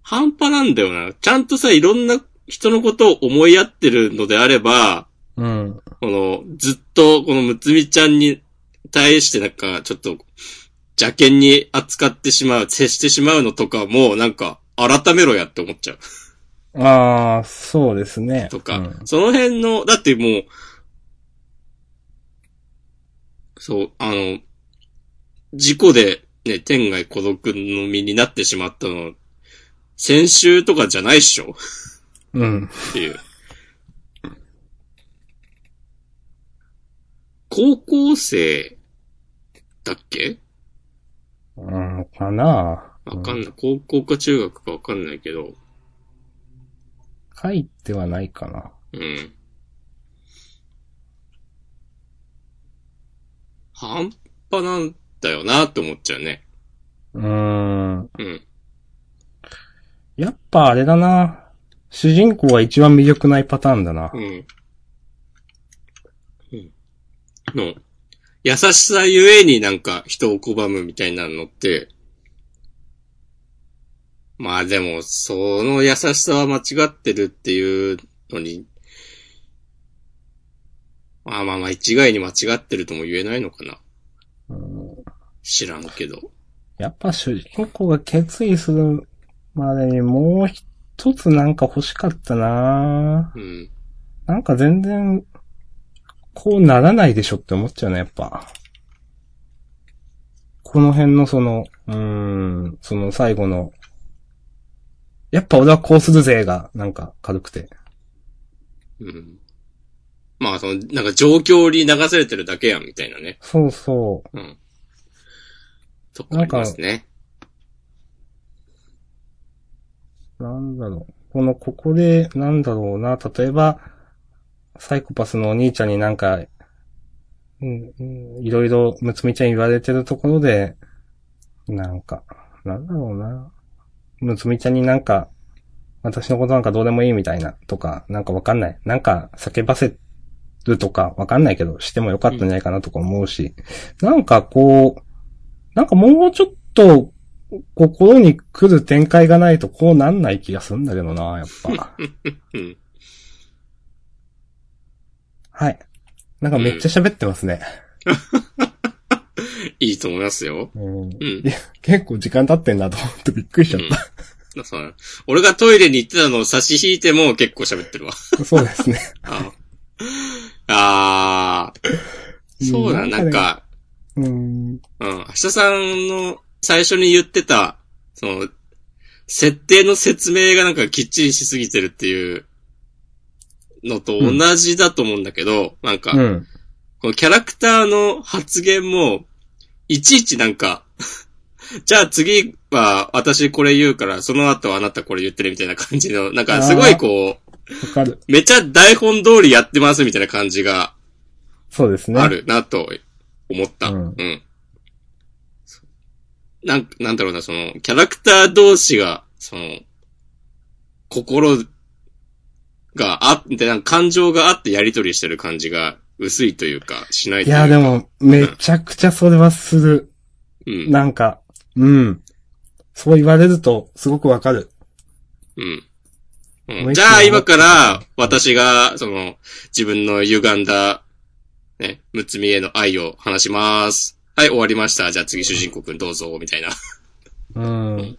[SPEAKER 2] 半端なんだよな。ちゃんとさ、いろんな人のことを思いやってるのであれば、
[SPEAKER 1] うん。
[SPEAKER 2] この、ずっと、このむつみちゃんに対してなんか、ちょっと、邪険に扱ってしまう、接してしまうのとかも、なんか、改めろやって思っちゃう。
[SPEAKER 1] ああ、そうですね。
[SPEAKER 2] とか、
[SPEAKER 1] うん
[SPEAKER 2] その辺の、だってもう、そう、あの、事故でね、天涯孤独の身になってしまったの、先週とかじゃないっしょ
[SPEAKER 1] うん。
[SPEAKER 2] っていう。高校生だっけ
[SPEAKER 1] うん、かな
[SPEAKER 2] わかん
[SPEAKER 1] う
[SPEAKER 2] ない。高校か中学かわかんないけど、
[SPEAKER 1] 書いてはないかな。
[SPEAKER 2] うん。半端なんだよなって思っちゃうね。
[SPEAKER 1] うーん。
[SPEAKER 2] うん。
[SPEAKER 1] やっぱあれだな。主人公が一番魅力ないパターンだな
[SPEAKER 2] う。ん。うん。の、優しさゆえになんか人を拒むみたいなのって、まあでも、その優しさは間違ってるっていうのに、まあまあまあ一概に間違ってるとも言えないのか
[SPEAKER 1] う
[SPEAKER 2] な。
[SPEAKER 1] ん
[SPEAKER 2] 知らんけど。
[SPEAKER 1] やっぱ主人公が決意するまでにもう一つなんか欲しかったな。
[SPEAKER 2] うん。
[SPEAKER 1] なんか全然、こうならないでしょって思っちゃうね、やっぱ。この辺のその、うーん、その最後の、やっぱ俺はこうするぜが、なんか軽くて。
[SPEAKER 2] うん。まあ、その、なんか状況に流されてるだけやん、みたいなね。
[SPEAKER 1] そうそ
[SPEAKER 2] うん。とこありますね。
[SPEAKER 1] う。なんだろう。この、ここで、なんだろうな、例えば、サイコパスのお兄ちゃんになんか、うん、うんいろいろ、むつみちゃんに言われてるところで、なんか、なんだろうな。むつみちゃんになんか、私のことなんかどうでもいいみたいな、とか、なんかわかんない。なんか、叫ばせるとか、わかんないけど、してもよかったんじゃないかなとか思うし、なんかこう、なんかもうちょっと、心に来る展開がないとこうなんない気がするんだけどな、やっ <laughs> ぱ。
[SPEAKER 2] うん。
[SPEAKER 1] はい。なんかめっちゃ喋ってますね。
[SPEAKER 2] いいと思いますよ。
[SPEAKER 1] うん
[SPEAKER 2] うん。
[SPEAKER 1] 結構時間経ってんなと思ってびっくりしちゃっ
[SPEAKER 2] うんそうだね俺がトイレに行ってたのを差し引いても結構喋ってるわ。
[SPEAKER 1] た。 <laughs> そうですね。
[SPEAKER 2] あ <laughs> あー。そうだ、
[SPEAKER 1] うん
[SPEAKER 2] なんか、
[SPEAKER 1] うん。
[SPEAKER 2] うん、明日さんの最初に言ってた、その、設定の説明がなんかきっちりしすぎてるっていうのと同じだと思うんだけど、なんか、
[SPEAKER 1] うん。
[SPEAKER 2] このキャラクターの発言も、いちいちなんか、 <laughs> じゃあ次は私これ言うから、その後はあなたこれ言ってるみたいな感じの、なんかすごいこう、
[SPEAKER 1] わかる。
[SPEAKER 2] めちゃ台本通りやってますみたいな感じが
[SPEAKER 1] そうですね。
[SPEAKER 2] あ。るなと思った。
[SPEAKER 1] う
[SPEAKER 2] うんん。なん、なんだろうな、その、キャラクター同士が、その、心があって、なんか感情があってやりとりしてる感じが薄いというか、しない
[SPEAKER 1] い
[SPEAKER 2] というか
[SPEAKER 1] や、で、も、めちゃくちゃそれはする。
[SPEAKER 2] うん。
[SPEAKER 1] なんか、うん。そう言われると、すごくわかる。
[SPEAKER 2] うん。
[SPEAKER 1] も
[SPEAKER 2] う、
[SPEAKER 1] うん一
[SPEAKER 2] じ
[SPEAKER 1] 個
[SPEAKER 2] ゃあ今から私が、その、自分の歪んだ、ね、むつみへの愛を話します。はい、終わりました。じゃあ次主人公くんどうぞ、みたいな。 <laughs>
[SPEAKER 1] うん。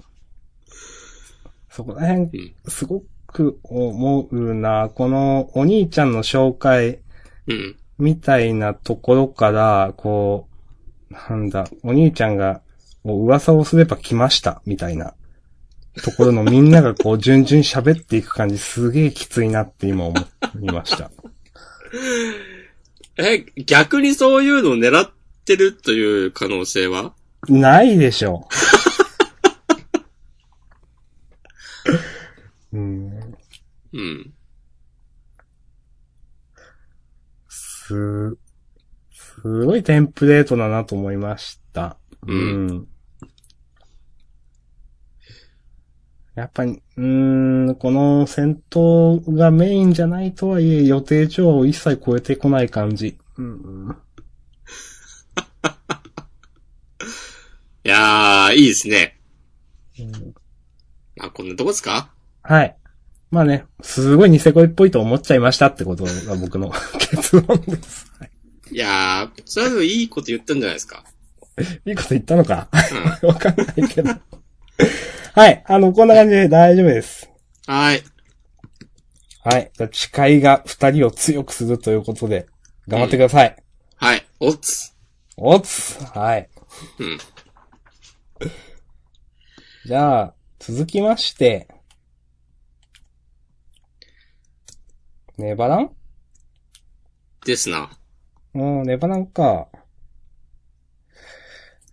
[SPEAKER 1] そこら辺
[SPEAKER 2] ん、
[SPEAKER 1] すごく思うな。この、お兄ちゃんの紹介
[SPEAKER 2] うん。
[SPEAKER 1] みたいなところから、こう、なんだ、お兄ちゃんが、もう噂をすれば来ました、みたいな。ところのみんながこう、順々に喋っていく感じ、すげえきついなって今思いました。
[SPEAKER 2] え、逆にそういうのを狙ってるという可能性は
[SPEAKER 1] ないでしょう。うん、
[SPEAKER 2] うん。
[SPEAKER 1] す、すごいテンプレートだなと思いました。
[SPEAKER 2] うん
[SPEAKER 1] んやっぱり、うーん、この戦闘がメインじゃないとはいえ、予定調和を一切超えてこない感じ。うん。
[SPEAKER 2] いやー、いいですね。
[SPEAKER 1] うん
[SPEAKER 2] あ、こんなとこですか
[SPEAKER 1] はい。まあね、すごいニセ恋っぽいと思っちゃいましたってことが僕の <laughs> 結論です。
[SPEAKER 2] いやー、それはでもいいこと言ったんじゃないですか。
[SPEAKER 1] いいこと言ったのか <laughs> わかんないけど。はい。あの、こんな感じで大丈夫です。
[SPEAKER 2] はい。
[SPEAKER 1] はい。じゃあ誓いが二人を強くするということで、頑張ってください。
[SPEAKER 2] はい。おつ。
[SPEAKER 1] おつはい。
[SPEAKER 2] うん。
[SPEAKER 1] じゃあ、続きまして。ネバラン
[SPEAKER 2] ですな。
[SPEAKER 1] うん、ネバランか。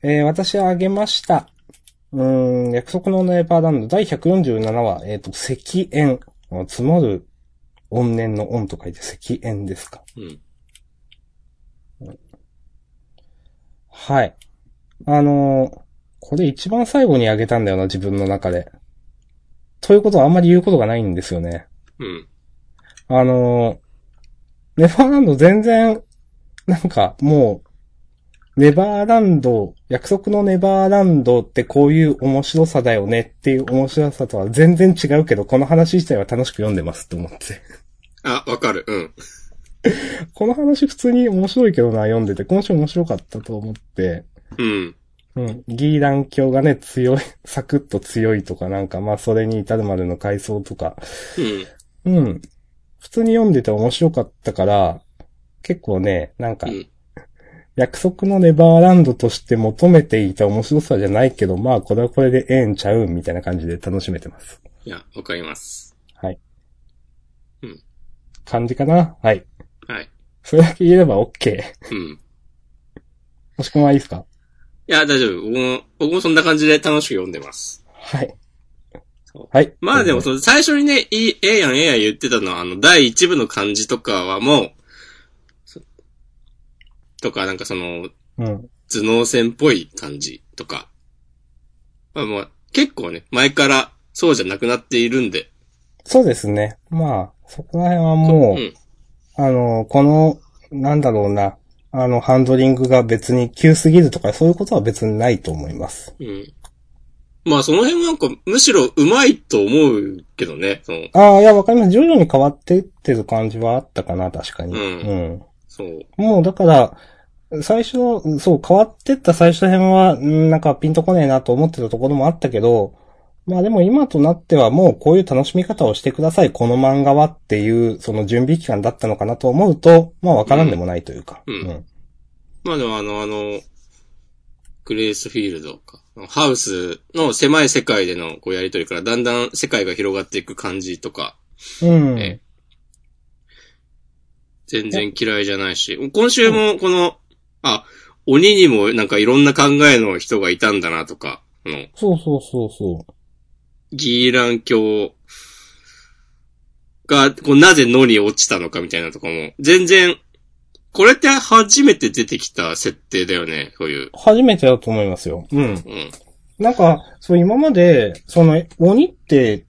[SPEAKER 1] えー、私はあげました。うーん、約束のネバーランド第147話、えっ、と、石炎。積もる、怨念の怨と書いて石炎ですか。
[SPEAKER 2] うん。
[SPEAKER 1] はい。あのーこれ一番最後にあげたんだよな、自分の中で。ということはあんまり言うことがないんですよね。
[SPEAKER 2] うん。
[SPEAKER 1] あのーネバーランド全然、なんかもう、ネバーランド、約束のネバーランドってこういう面白さだよねっていう面白さとは全然違うけど、この話自体は楽しく読んでますって思って。
[SPEAKER 2] あ、わかる。うん。
[SPEAKER 1] この話普通に面白いけどな、読んでて。今週面白かったと思って。
[SPEAKER 2] うん。
[SPEAKER 1] うん。ギーラン教がね、強い、 <laughs> サクッと強いとかなんか、まあそれに至るまでの回想とか、
[SPEAKER 2] うん。
[SPEAKER 1] うん。普通に読んでて面白かったから、結構ね、なんか、
[SPEAKER 2] うん
[SPEAKER 1] 約束のネバーランドとして求めていた面白さじゃないけど、まあこれはこれでええんちゃうみたいな感じで楽しめてます。
[SPEAKER 2] いや、わかります。
[SPEAKER 1] はい。
[SPEAKER 2] うん。
[SPEAKER 1] 感じかなはい。
[SPEAKER 2] はい。
[SPEAKER 1] それだけ言えれば OK。
[SPEAKER 2] うん。
[SPEAKER 1] もしくはいいですか
[SPEAKER 2] いや、大丈夫。僕も、僕もそんな感じで楽しく読んでます。
[SPEAKER 1] はい
[SPEAKER 2] そう。
[SPEAKER 1] はい。
[SPEAKER 2] まあでも、その最初にね、いい、ええやん、ええやん言ってたのは、あの、第一部の感じとかはもう、そとか、なんかその、
[SPEAKER 1] うん。
[SPEAKER 2] 頭脳戦っぽい感じとか。まあもう、結構ね、前からそうじゃなくなっているんで。
[SPEAKER 1] そうですね。まあ、そこら辺はもう、
[SPEAKER 2] ん。
[SPEAKER 1] あの、この、なんだろうな、あの、ハンドリングが別に急すぎるとか、そういうことは別にないと思います。
[SPEAKER 2] うん。まあその辺もなんか、むしろ上手いと思うけどね、その、
[SPEAKER 1] ああ、いや、わかります。徐々に変わっていってる感じはあったかな、確かに。
[SPEAKER 2] うん
[SPEAKER 1] うん
[SPEAKER 2] そう。
[SPEAKER 1] もうだから、最初、そう、変わってった最初辺は、うんなんかピンとこねえなと思ってたところもあったけど、まあでも今となってはもうこういう楽しみ方をしてください、この漫画はっていう、その準備期間だったのかなと思うと、まあわからんでもないというか。
[SPEAKER 2] うんまあでもあの、あの、グレースフィールドか。ハウスの狭い世界でのこうやりとりからだんだん世界が広がっていく感じとか、
[SPEAKER 1] うん。
[SPEAKER 2] え全然嫌いじゃないし、今週もこの、あ、鬼にもなんかいろんな考えの人がいたんだなとか、あの、
[SPEAKER 1] そうそうそうそ
[SPEAKER 2] ギーラン教が、こうなぜ野に落ちたのかみたいなとかも、全然、これって初めて出てきた設定だよね、そういう。
[SPEAKER 1] う。初めてだと思いますよ。うん。
[SPEAKER 2] うん。
[SPEAKER 1] なんか、そう、今まで、その、鬼って、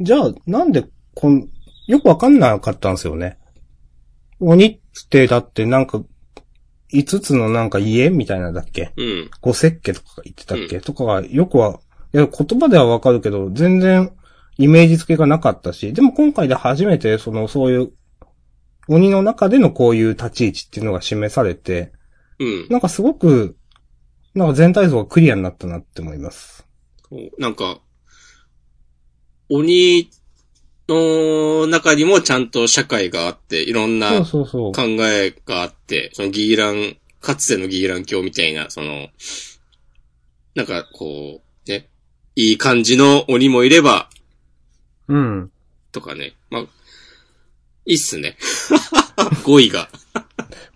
[SPEAKER 1] じゃあ、なんで、こん、よくわかんなかったんですよね。鬼って、だって、なんか、5つのなんか家みたいなだっけ
[SPEAKER 2] うん。
[SPEAKER 1] 五石家とか言ってたっけ、とかは、よくは、いや、言葉ではわかるけど、全然、イメージ付けがなかったし、でも今回で初めて、その、そういう、鬼の中でのこういう立ち位置っていうのが示されて、
[SPEAKER 2] うん。
[SPEAKER 1] なんかすごく、なんか全体像がクリアになったなって思います。
[SPEAKER 2] こうなんか、鬼の中にもちゃんと社会があって、いろんな
[SPEAKER 1] そうそうそう
[SPEAKER 2] 考。えがあって、そのギーラン、かつてのギーラン教みたいな、その、なんかこう、ね、いい感じの鬼もいれば、
[SPEAKER 1] うん。
[SPEAKER 2] とかね。まあ、いいっすね。 <laughs> 語彙が。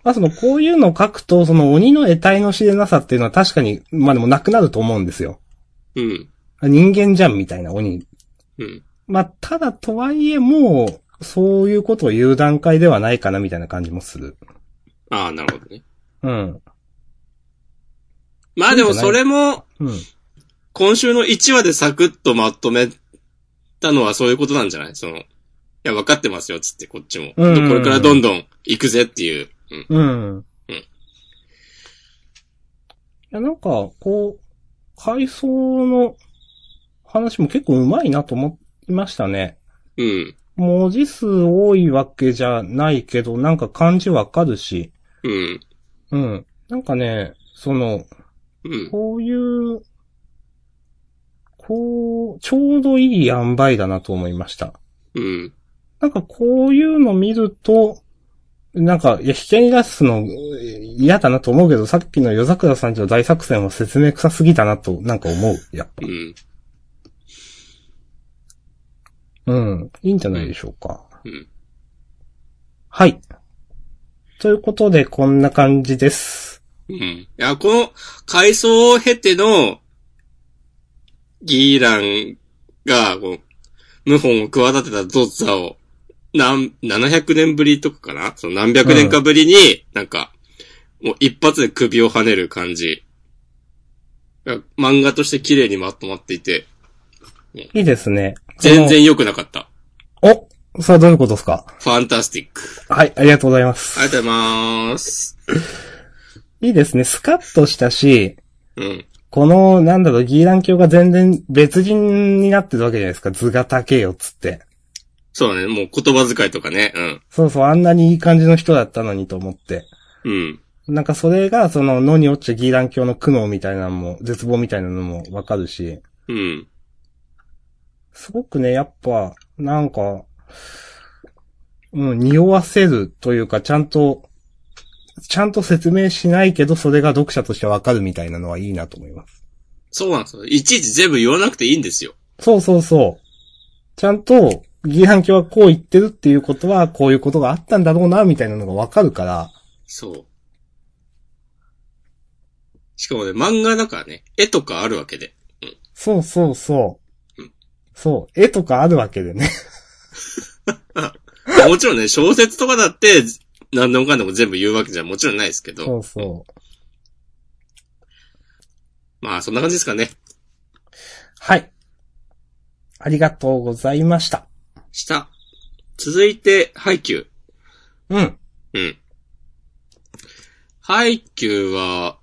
[SPEAKER 1] まあその、こういうのを書くと、その鬼の得体の知れなさっていうのは確かに、まあでもなくなると思うんですよ。
[SPEAKER 2] うん。
[SPEAKER 1] あ人間じゃんみたいな鬼。
[SPEAKER 2] うん。
[SPEAKER 1] まあ、ただとはいえもう、そういうことを言う段階ではないかなみたいな感じもする。
[SPEAKER 2] ああ、なるほどね。
[SPEAKER 1] うん。
[SPEAKER 2] まあでもそれも、
[SPEAKER 1] うん。
[SPEAKER 2] 今週の1話でサクッとまとめたのはそういうことなんじゃないその、いや、分かってますよ、つって、こっちも。
[SPEAKER 1] うんうんうん
[SPEAKER 2] これからどんどん行くぜっていう。うん。
[SPEAKER 1] うん。いや、なんか、こう、回想の話も結構上手いなと思いましたね。
[SPEAKER 2] うん。
[SPEAKER 1] 文字数多いわけじゃないけど、なんか漢字わかるし、
[SPEAKER 2] うん。
[SPEAKER 1] うん。なんかね、その、
[SPEAKER 2] うん。
[SPEAKER 1] こういう、こう、ちょうどいい塩梅だなと思いました。
[SPEAKER 2] うん。
[SPEAKER 1] なんかこういうの見ると、なんか、いや、引き合いに出すの嫌だなと思うけど、さっきの夜桜さんちの大作戦は説明臭すぎたなと、なんか思う。やっぱ
[SPEAKER 2] う。ん。
[SPEAKER 1] うん。いいんじゃないでしょうか。
[SPEAKER 2] うん。
[SPEAKER 1] はい。ということで、こんな感じです。
[SPEAKER 2] うん。いや、この、回想を経ての、ギーランが、こう、謀反を企てたゾッザを、何、700年ぶりとかかなその何百年かぶりに、なんか、もう一発で首を跳ねる感じ。いや漫画として綺麗にまとまっていて、
[SPEAKER 1] いいですね。
[SPEAKER 2] 全然良くなかった。
[SPEAKER 1] お、それはどういうことですか
[SPEAKER 2] ファンタスティック。
[SPEAKER 1] はい、ありがとうございます。
[SPEAKER 2] ありがとうございます。
[SPEAKER 1] いいですね。スカッとしたし、
[SPEAKER 2] うん。
[SPEAKER 1] この、なんだろう、ギーラン教が全然別人になってるわけじゃないですか。図が高えよ、つって。
[SPEAKER 2] そうだね。もう言葉遣いとかね。
[SPEAKER 1] そうそう、あんなにいい感じの人だったのにと思って。
[SPEAKER 2] うん。うん。
[SPEAKER 1] なんかそれが、その、野に落ちたギーラン教の苦悩みたいなのも、絶望みたいなのもわかるし、
[SPEAKER 2] うん。
[SPEAKER 1] すごくね、やっぱ、なんか、うん、匂わせるというか、ちゃんと、ちゃんと説明しないけど、それが読者としてわかるみたいなのはいいなと思います。
[SPEAKER 2] そうなんですよ。いちいち全部言わなくていいんですよ。
[SPEAKER 1] そうそうそう。ちゃんと、疑犯教はこう言ってるっていうことは、こういうことがあったんだろうな、みたいなのがわかるから、
[SPEAKER 2] そう。しかもね、漫画だからね、絵とかあるわけで。
[SPEAKER 1] そうそうそう
[SPEAKER 2] うん。
[SPEAKER 1] そう、絵とかあるわけでね。
[SPEAKER 2] もちろんね、 <laughs> 小説とかだって、何でもかんでも全部言うわけじゃもちろんないですけど。
[SPEAKER 1] そうそう。
[SPEAKER 2] まあ、そんな感じですかね。
[SPEAKER 1] はい。ありがとうございました。
[SPEAKER 2] 下。続いて、ハイキュー。
[SPEAKER 1] うん。
[SPEAKER 2] うん。ハイキューは、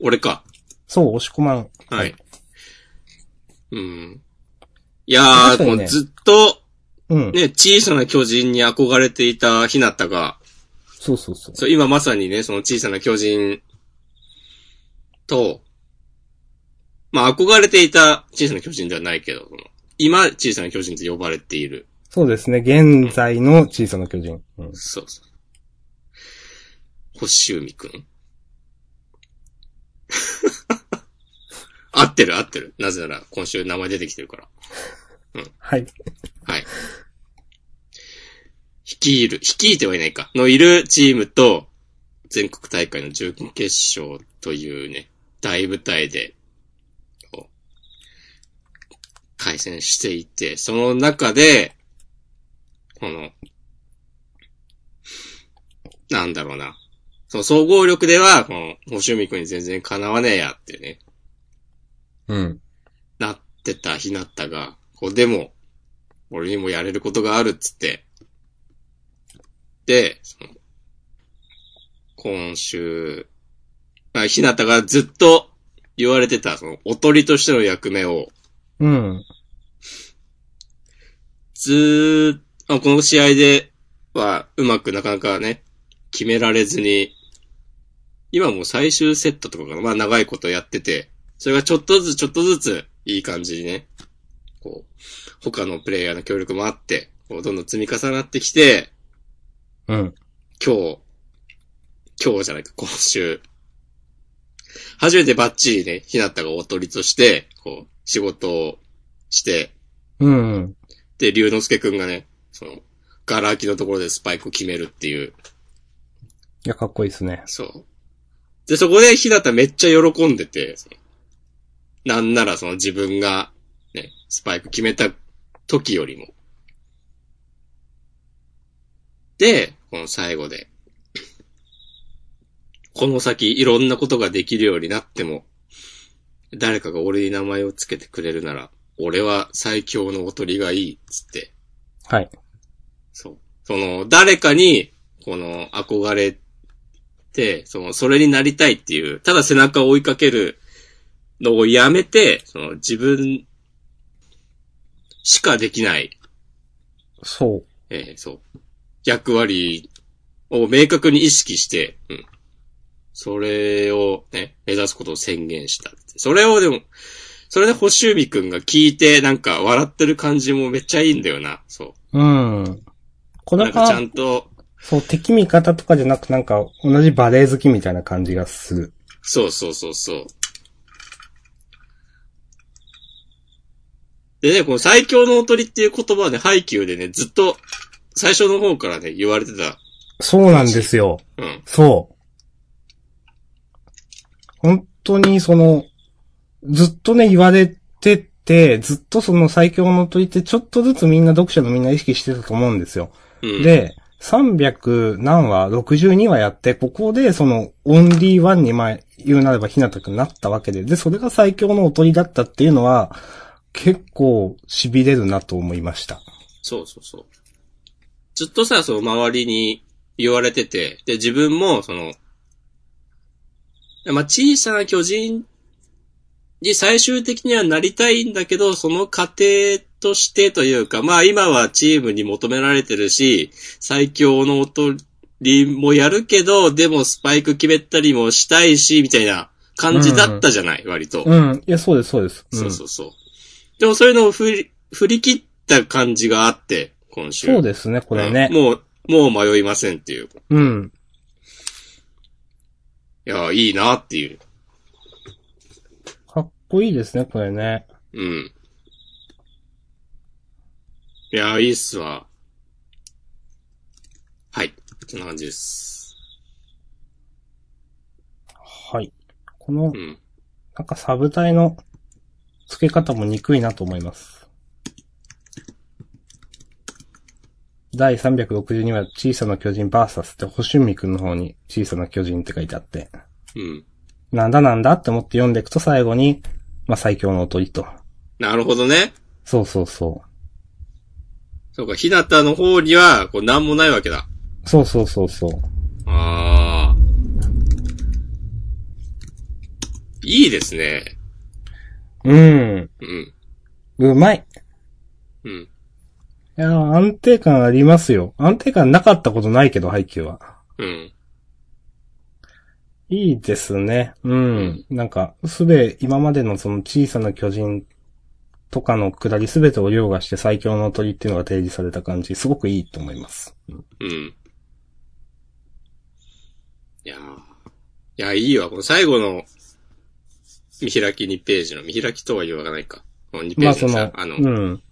[SPEAKER 2] 俺か。
[SPEAKER 1] そう、押し込まん。
[SPEAKER 2] は
[SPEAKER 1] はいい。
[SPEAKER 2] うん。いや
[SPEAKER 1] 確か
[SPEAKER 2] ー、
[SPEAKER 1] にね
[SPEAKER 2] もうずっと、
[SPEAKER 1] うん。
[SPEAKER 2] ね、小さな巨人に憧れていたひなたが、
[SPEAKER 1] そうそうそう。
[SPEAKER 2] そう、今まさにね、その小さな巨人と、まあ、憧れていた小さな巨人ではないけど、その今、小さな巨人と呼ばれている。
[SPEAKER 1] そうですね。現在の小さな巨人。うん。
[SPEAKER 2] そうそう。星海くん <laughs> 合ってる合ってる。なぜなら、今週名前出てきてるから。
[SPEAKER 1] はい。
[SPEAKER 2] はい。率いる、率いてはいないか、のいるチームと、全国大会の準決勝というね、大舞台で、こう対戦していて、その中で、この、なんだろうな。その総合力では、この、星海くんに全然かなわねえやっていうね、
[SPEAKER 1] うん。
[SPEAKER 2] なってた日なったが、こう、でも、俺にもやれることがあるっつって、で、その、今週、まあ、ひなたがずっと言われてた、その、おとりとしての役目を、
[SPEAKER 1] うん。
[SPEAKER 2] ずーっと、あこの試合では、うまくなかなかね、決められずに、今もう最終セットとかかな、まあ長いことやってて、それがちょっとずつちょっとずつ、いい感じにね、こう、他のプレイヤーの協力もあって、こうどんどん積み重なってきて、
[SPEAKER 1] うん。
[SPEAKER 2] 今日、今日じゃないか、今週。初めてバッチリね、ひなたがおとりとして、こう、仕事をして、
[SPEAKER 1] うん。
[SPEAKER 2] で、龍之介くんがね、その、ガラ空きのところでスパイクを決めるっていう。
[SPEAKER 1] いや、かっこいいですね。
[SPEAKER 2] そう。で、そこで日向めっちゃ喜んでて、そのなんならその自分が、ね、スパイク決めた時よりも。で、この最後で、この先いろんなことができるようになっても、誰かが俺に名前をつけてくれるなら、俺は最強のおとりがいい、つって。
[SPEAKER 1] はい。
[SPEAKER 2] そう。その、誰かに、この、憧れて、その、それになりたいっていう、ただ背中を追いかけるのをやめて、その、自分しかできない、
[SPEAKER 1] そう。
[SPEAKER 2] えーそう、役割を明確に意識して、うん。それをね、目指すことを宣言した。それをでも、それで星海くんが聞いて、なんか笑ってる感じもめっちゃいいんだよな、そ
[SPEAKER 1] うん。こ
[SPEAKER 2] う。な
[SPEAKER 1] れ
[SPEAKER 2] んかちゃ
[SPEAKER 1] が、
[SPEAKER 2] んと、
[SPEAKER 1] そう、敵味方とかじゃなく、なんか、同じバレエ好きみたいな感じがする。
[SPEAKER 2] そうそうそうそう。でね、この最強のおとりっていう言葉はね、ハイキューでね、ずっと最初の方からね、言われてた。
[SPEAKER 1] そうなんですよ。
[SPEAKER 2] うん。
[SPEAKER 1] そう。本当にその、ずっとね、言われてて、ずっとその最強の鳥ってちょっとずつみんな読者のみんな意識してたと思うんですよ。
[SPEAKER 2] うん。
[SPEAKER 1] で、300何話、62話やって、ここでそのオンリーワンにまあ言うなればひなたくんなったわけで、で、それが最強のおとりだったっていうのは、結構痺れるなと思いました。
[SPEAKER 2] そうそうそう。ずっとさ、その周りに言われてて、で、自分も、その、まあ、小さな巨人に最終的にはなりたいんだけど、その過程としてというか、まあ今はチームに求められてるし、最強のおとりもやるけど、でもスパイク決めたりもしたいし、みたいな感じだったじゃない、割と。
[SPEAKER 1] うん。いや、そうです、そうです。
[SPEAKER 2] そうそううそう。でもそういうのを振り、振り切った感じがあって、今週。
[SPEAKER 1] ん。そうですね、これね。
[SPEAKER 2] うんもう、もう迷いませんっていう。い
[SPEAKER 1] うん。
[SPEAKER 2] や、いいなっていう。
[SPEAKER 1] かっこいいですね、これね。
[SPEAKER 2] うん。いやー、いいっすわ。はい。そんな感じです。
[SPEAKER 1] はい。この
[SPEAKER 2] う、ん。
[SPEAKER 1] なんかサブタイの付け方も憎いなと思います。第362話、小さな巨人 VS って、星海くんの方に小さな巨人って書いてあって、
[SPEAKER 2] うん。
[SPEAKER 1] なんだなんだって思って読んでいくと最後に、まあ最強のおとりと。
[SPEAKER 2] なるほどね。
[SPEAKER 1] そうそうそ
[SPEAKER 2] そうか、ひなたの方には、こう、なんもないわけだ。
[SPEAKER 1] う。そうそうそうそう。
[SPEAKER 2] ああ。いいですね。
[SPEAKER 1] うん。
[SPEAKER 2] うん。
[SPEAKER 1] うまい。
[SPEAKER 2] うん。
[SPEAKER 1] いやー、安定感ありますよ。安定感なかったことないけど、配球は。
[SPEAKER 2] うん。
[SPEAKER 1] いいですね。うん。なんか、すべ、今までのその小さな巨人とかの下りすべてを凌駕して最強の鳥っていうのが提示された感じ、すごくいいと思います。
[SPEAKER 2] うん。いやーいや、いいわ。この最後の、見開き2ページの、見開きとは言わないか。この2ペ
[SPEAKER 1] ま
[SPEAKER 2] ー
[SPEAKER 1] あ
[SPEAKER 2] ジ
[SPEAKER 1] そ
[SPEAKER 2] の
[SPEAKER 1] の、
[SPEAKER 2] さ、あの、
[SPEAKER 1] うん。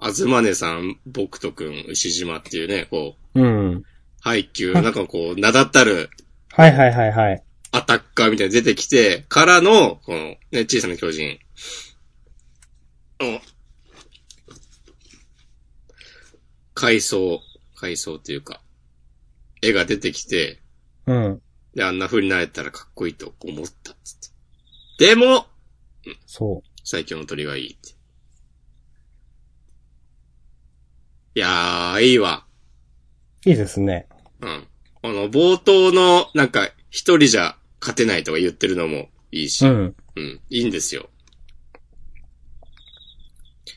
[SPEAKER 2] あずまねさん、僕とくん、牛島っていうね、こう、
[SPEAKER 1] うん。
[SPEAKER 2] 配球、なんかこう、名だたる
[SPEAKER 1] はいはいはいはい。
[SPEAKER 2] アタッカーみたいに出てきて、からの、この、ね、小さな巨人。の、階層、階層っていうか、絵が出てきて、
[SPEAKER 1] うん。
[SPEAKER 2] で、あんな風になれたらかっこいいと思ったっつって。でも、
[SPEAKER 1] そ
[SPEAKER 2] 最強の鳥がいいって。いやー、いいわ。
[SPEAKER 1] う。いいですね。
[SPEAKER 2] うん。この冒頭の、なんか、一人じゃ勝てないとか言ってるのもいいし、
[SPEAKER 1] う
[SPEAKER 2] うん、
[SPEAKER 1] ん。
[SPEAKER 2] いいんですよ。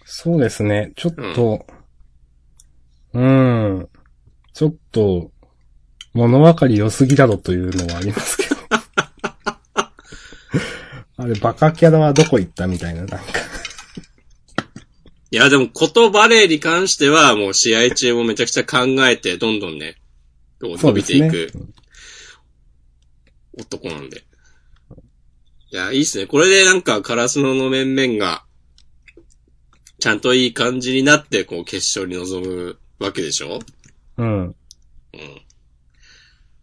[SPEAKER 1] そうですね。ちょっと、うん。ちょっと、物分かり良すぎだろというのはあります <laughs> けど。あれ、バカキャラはどこ行ったみたいな、なんか。
[SPEAKER 2] いや、でも、ことバレーに関しては、もう試合中もめちゃくちゃ考えて、どんどんね、こう伸びていく
[SPEAKER 1] そうで
[SPEAKER 2] 男なんで。いや、いいっすね。これでなんか、カラスノの面々が、ちゃんといい感じになって、こう、決勝に臨むわけでしょ
[SPEAKER 1] うん。
[SPEAKER 2] うん。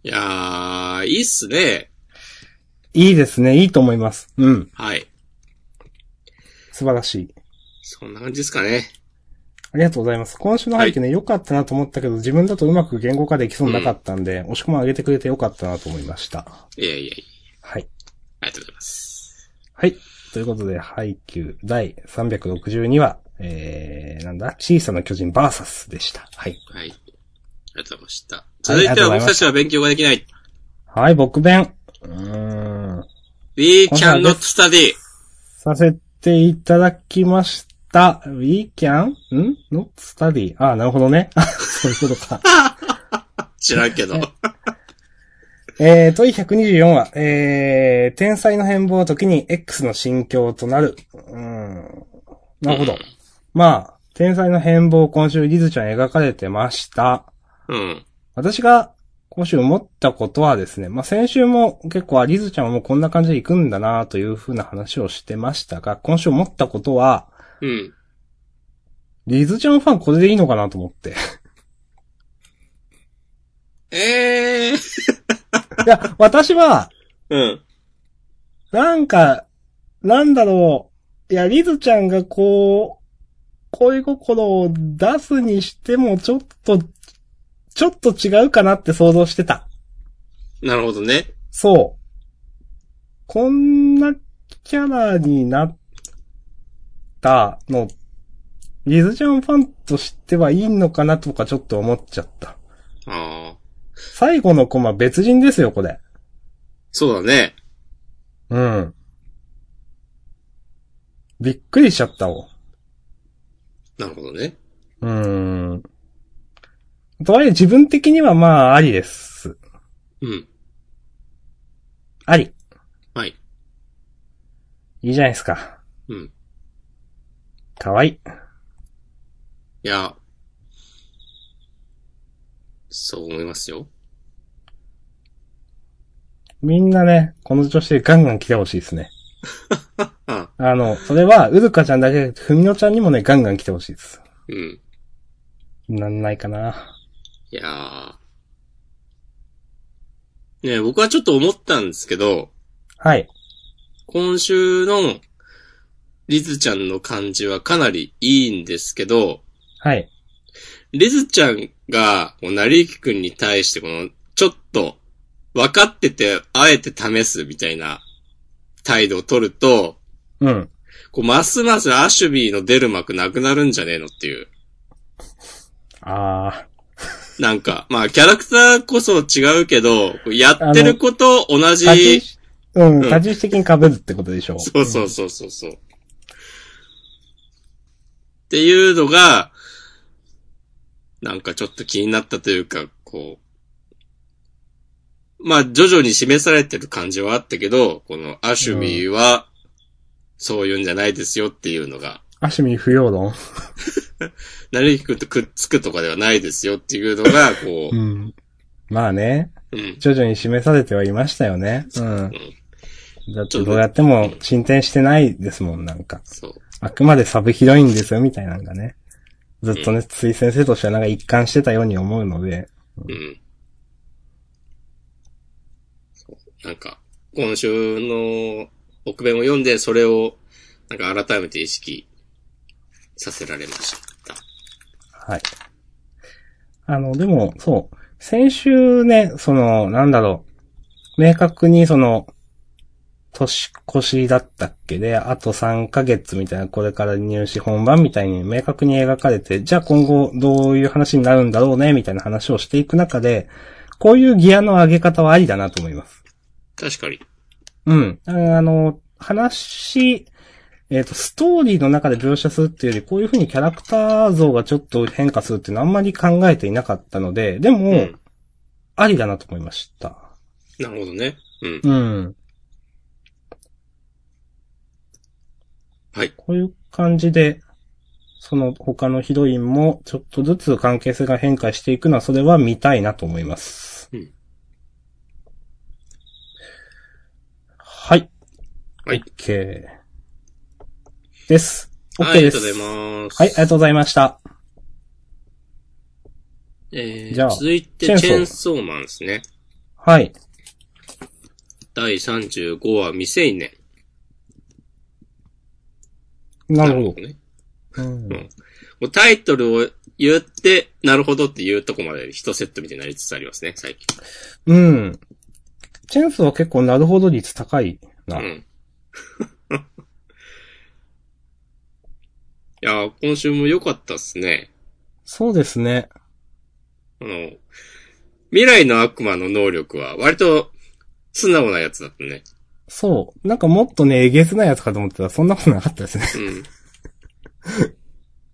[SPEAKER 2] いやー、いいっすね。
[SPEAKER 1] いいですね。いいと思います。うん。
[SPEAKER 2] はい。
[SPEAKER 1] 素晴らしい。
[SPEAKER 2] そんな感じですかね。
[SPEAKER 1] ありがとうございます。今週の背景ね、良、かったなと思ったけど、自分だとうまく言語化できそうになかったんで、押し込まん上げてくれて良かったなと思いました。
[SPEAKER 2] いやいやいや、
[SPEAKER 1] はい。
[SPEAKER 2] ありがとうございます。
[SPEAKER 1] はい。ということで、配給第362話、えー、なんだ、小さな巨人 VS でした。はい。
[SPEAKER 2] はい。ありがとうございました。続いては僕たちは勉強ができない。
[SPEAKER 1] はい、僕弁。うーん。
[SPEAKER 2] We cannot study.
[SPEAKER 1] させていただきました。We can? ん ?not study. あー、なるほどね。 <laughs> あそういうことか。
[SPEAKER 2] 知らんけど。
[SPEAKER 1] えー、問い124話、えー、天才の変貌の時に X の心境となる。うーん。なるほど。
[SPEAKER 2] うん
[SPEAKER 1] まあ、天才の変貌、今週リズちゃん描かれてました。
[SPEAKER 2] うん。
[SPEAKER 1] 私が今週思ったことはですね、まあ先週も結構あリズちゃんはもうこんな感じで行くんだなというふうな話をしてましたが、今週思ったことは、
[SPEAKER 2] うん。
[SPEAKER 1] リズちゃんファンこれでいいのかなと思って。
[SPEAKER 2] ええー。
[SPEAKER 1] いや、私は、
[SPEAKER 2] うん。
[SPEAKER 1] なんか、なんだろう。いや、リズちゃんがこう、恋心を出すにしても、ちょっと、ちょっと違うかなって想像してた。
[SPEAKER 2] なるほどね。
[SPEAKER 1] そう。こんなキャラになったの、リズちゃんファンとしてはいいのかなとかちょっと思っちゃった。
[SPEAKER 2] ああ。
[SPEAKER 1] 最後のコマ別人ですよ、これ。
[SPEAKER 2] そうだね。
[SPEAKER 1] うん。びっくりしちゃったわ。
[SPEAKER 2] なるほどね。
[SPEAKER 1] うーん。とはいえ自分的にはまあ、ありです。
[SPEAKER 2] うん。
[SPEAKER 1] あり。
[SPEAKER 2] はい。
[SPEAKER 1] いいじゃないですか。
[SPEAKER 2] うん。い
[SPEAKER 1] かわいい。
[SPEAKER 2] や。そう思いますよ。
[SPEAKER 1] みんなね、この調子でガンガン来てほしいですね。
[SPEAKER 2] あ
[SPEAKER 1] あの、それは、うるかちゃんだけ、ふみのちゃんにもね、ガンガン来てほしいです。
[SPEAKER 2] うん。
[SPEAKER 1] なんないかな。
[SPEAKER 2] いやー。ねえ僕はちょっと思ったんですけど、
[SPEAKER 1] はい。
[SPEAKER 2] 今週のリズちゃんの感じはかなりいいんですけど、
[SPEAKER 1] はい。
[SPEAKER 2] リズちゃんが、こうなりゆきくんに対して、この、ちょっと、分かってて、あえて試すみたいな態度を取ると、
[SPEAKER 1] うん。
[SPEAKER 2] こう、ますますアシュビーの出る幕なくなるんじゃねえのっていう。
[SPEAKER 1] あ
[SPEAKER 2] なんか、まあ、キャラクターこそ違うけど、こうやってること同
[SPEAKER 1] ー。
[SPEAKER 2] じ、
[SPEAKER 1] 立ち、うん、
[SPEAKER 2] うん
[SPEAKER 1] 立ち位置的に被るってことでしょ
[SPEAKER 2] そうそうそうそうそう。っていうのが、なんかちょっと気になったというか、こう、まあ徐々に示されてる感じはあったけど、このアシュビーは、そういうんじゃないですよっていうのが、
[SPEAKER 1] アシュミ不要論。
[SPEAKER 2] なるきくんとくっつくとかではないですよっていうのが、こ
[SPEAKER 1] うん。まあね、
[SPEAKER 2] う、うん。
[SPEAKER 1] 徐々に示されてはいましたよね。うん。だっ
[SPEAKER 2] ち
[SPEAKER 1] て
[SPEAKER 2] ょっと
[SPEAKER 1] どうやっても進展してないですもん、なんか。
[SPEAKER 2] そう。
[SPEAKER 1] あくまでサブヒロインですよ、みたいなのがね。ずっとね、つい先生としてはなんか一貫してたように思うので。
[SPEAKER 2] うん。そうなんか、今週の奥弁を読んで、それを、なんか改めて意識させられました。
[SPEAKER 1] はい。あの、でも、そう。先週ね、その、なんだろう。明確にその、年越しだったっけで、あと3ヶ月みたいな、これから入試本番みたいに明確に描かれて、じゃあ今後どういう話になるんだろうね、みたいな話をしていく中で、こういうギアの上げ方はありだなと思います。
[SPEAKER 2] 確かに。
[SPEAKER 1] うん。あの、話、えっ、と、ストーリーの中で描写するっていうより、こういう風にキャラクター像がちょっと変化するっていうのはあんまり考えていなかったので、でも、
[SPEAKER 2] うん
[SPEAKER 1] ありだなと思いました。
[SPEAKER 2] なるほどね。うん。
[SPEAKER 1] うん。
[SPEAKER 2] はい。
[SPEAKER 1] こういう感じで、その他のヒロインもちょっとずつ関係性が変化していくのは、それは見たいなと思います。
[SPEAKER 2] うん
[SPEAKER 1] はい。
[SPEAKER 2] はい。
[SPEAKER 1] OK。です。
[SPEAKER 2] はい、あ
[SPEAKER 1] OK
[SPEAKER 2] り
[SPEAKER 1] で
[SPEAKER 2] が
[SPEAKER 1] す。
[SPEAKER 2] とうございます。
[SPEAKER 1] はい、ありがとうございました。
[SPEAKER 2] え
[SPEAKER 1] じゃあ
[SPEAKER 2] ー、続いて、
[SPEAKER 1] チェーンソー
[SPEAKER 2] チェーンソーマンですね。
[SPEAKER 1] はい。
[SPEAKER 2] 第35話、未成年。
[SPEAKER 1] なるほ
[SPEAKER 2] どね。
[SPEAKER 1] ど。うん
[SPEAKER 2] もうタイトルを言って、なるほどっていうとこまで一セットみたいになりつつありますね、最近。
[SPEAKER 1] うん。チェンソーは結構なるほど率高いな。
[SPEAKER 2] うん。いやー、今週も良かったっすね。
[SPEAKER 1] そうですね。
[SPEAKER 2] あの、未来の悪魔の能力は割と素直なやつだったね。
[SPEAKER 1] そう。なんかもっとね、えげつないやつかと思ってたら、そんなことなかったですね。
[SPEAKER 2] <laughs> うん。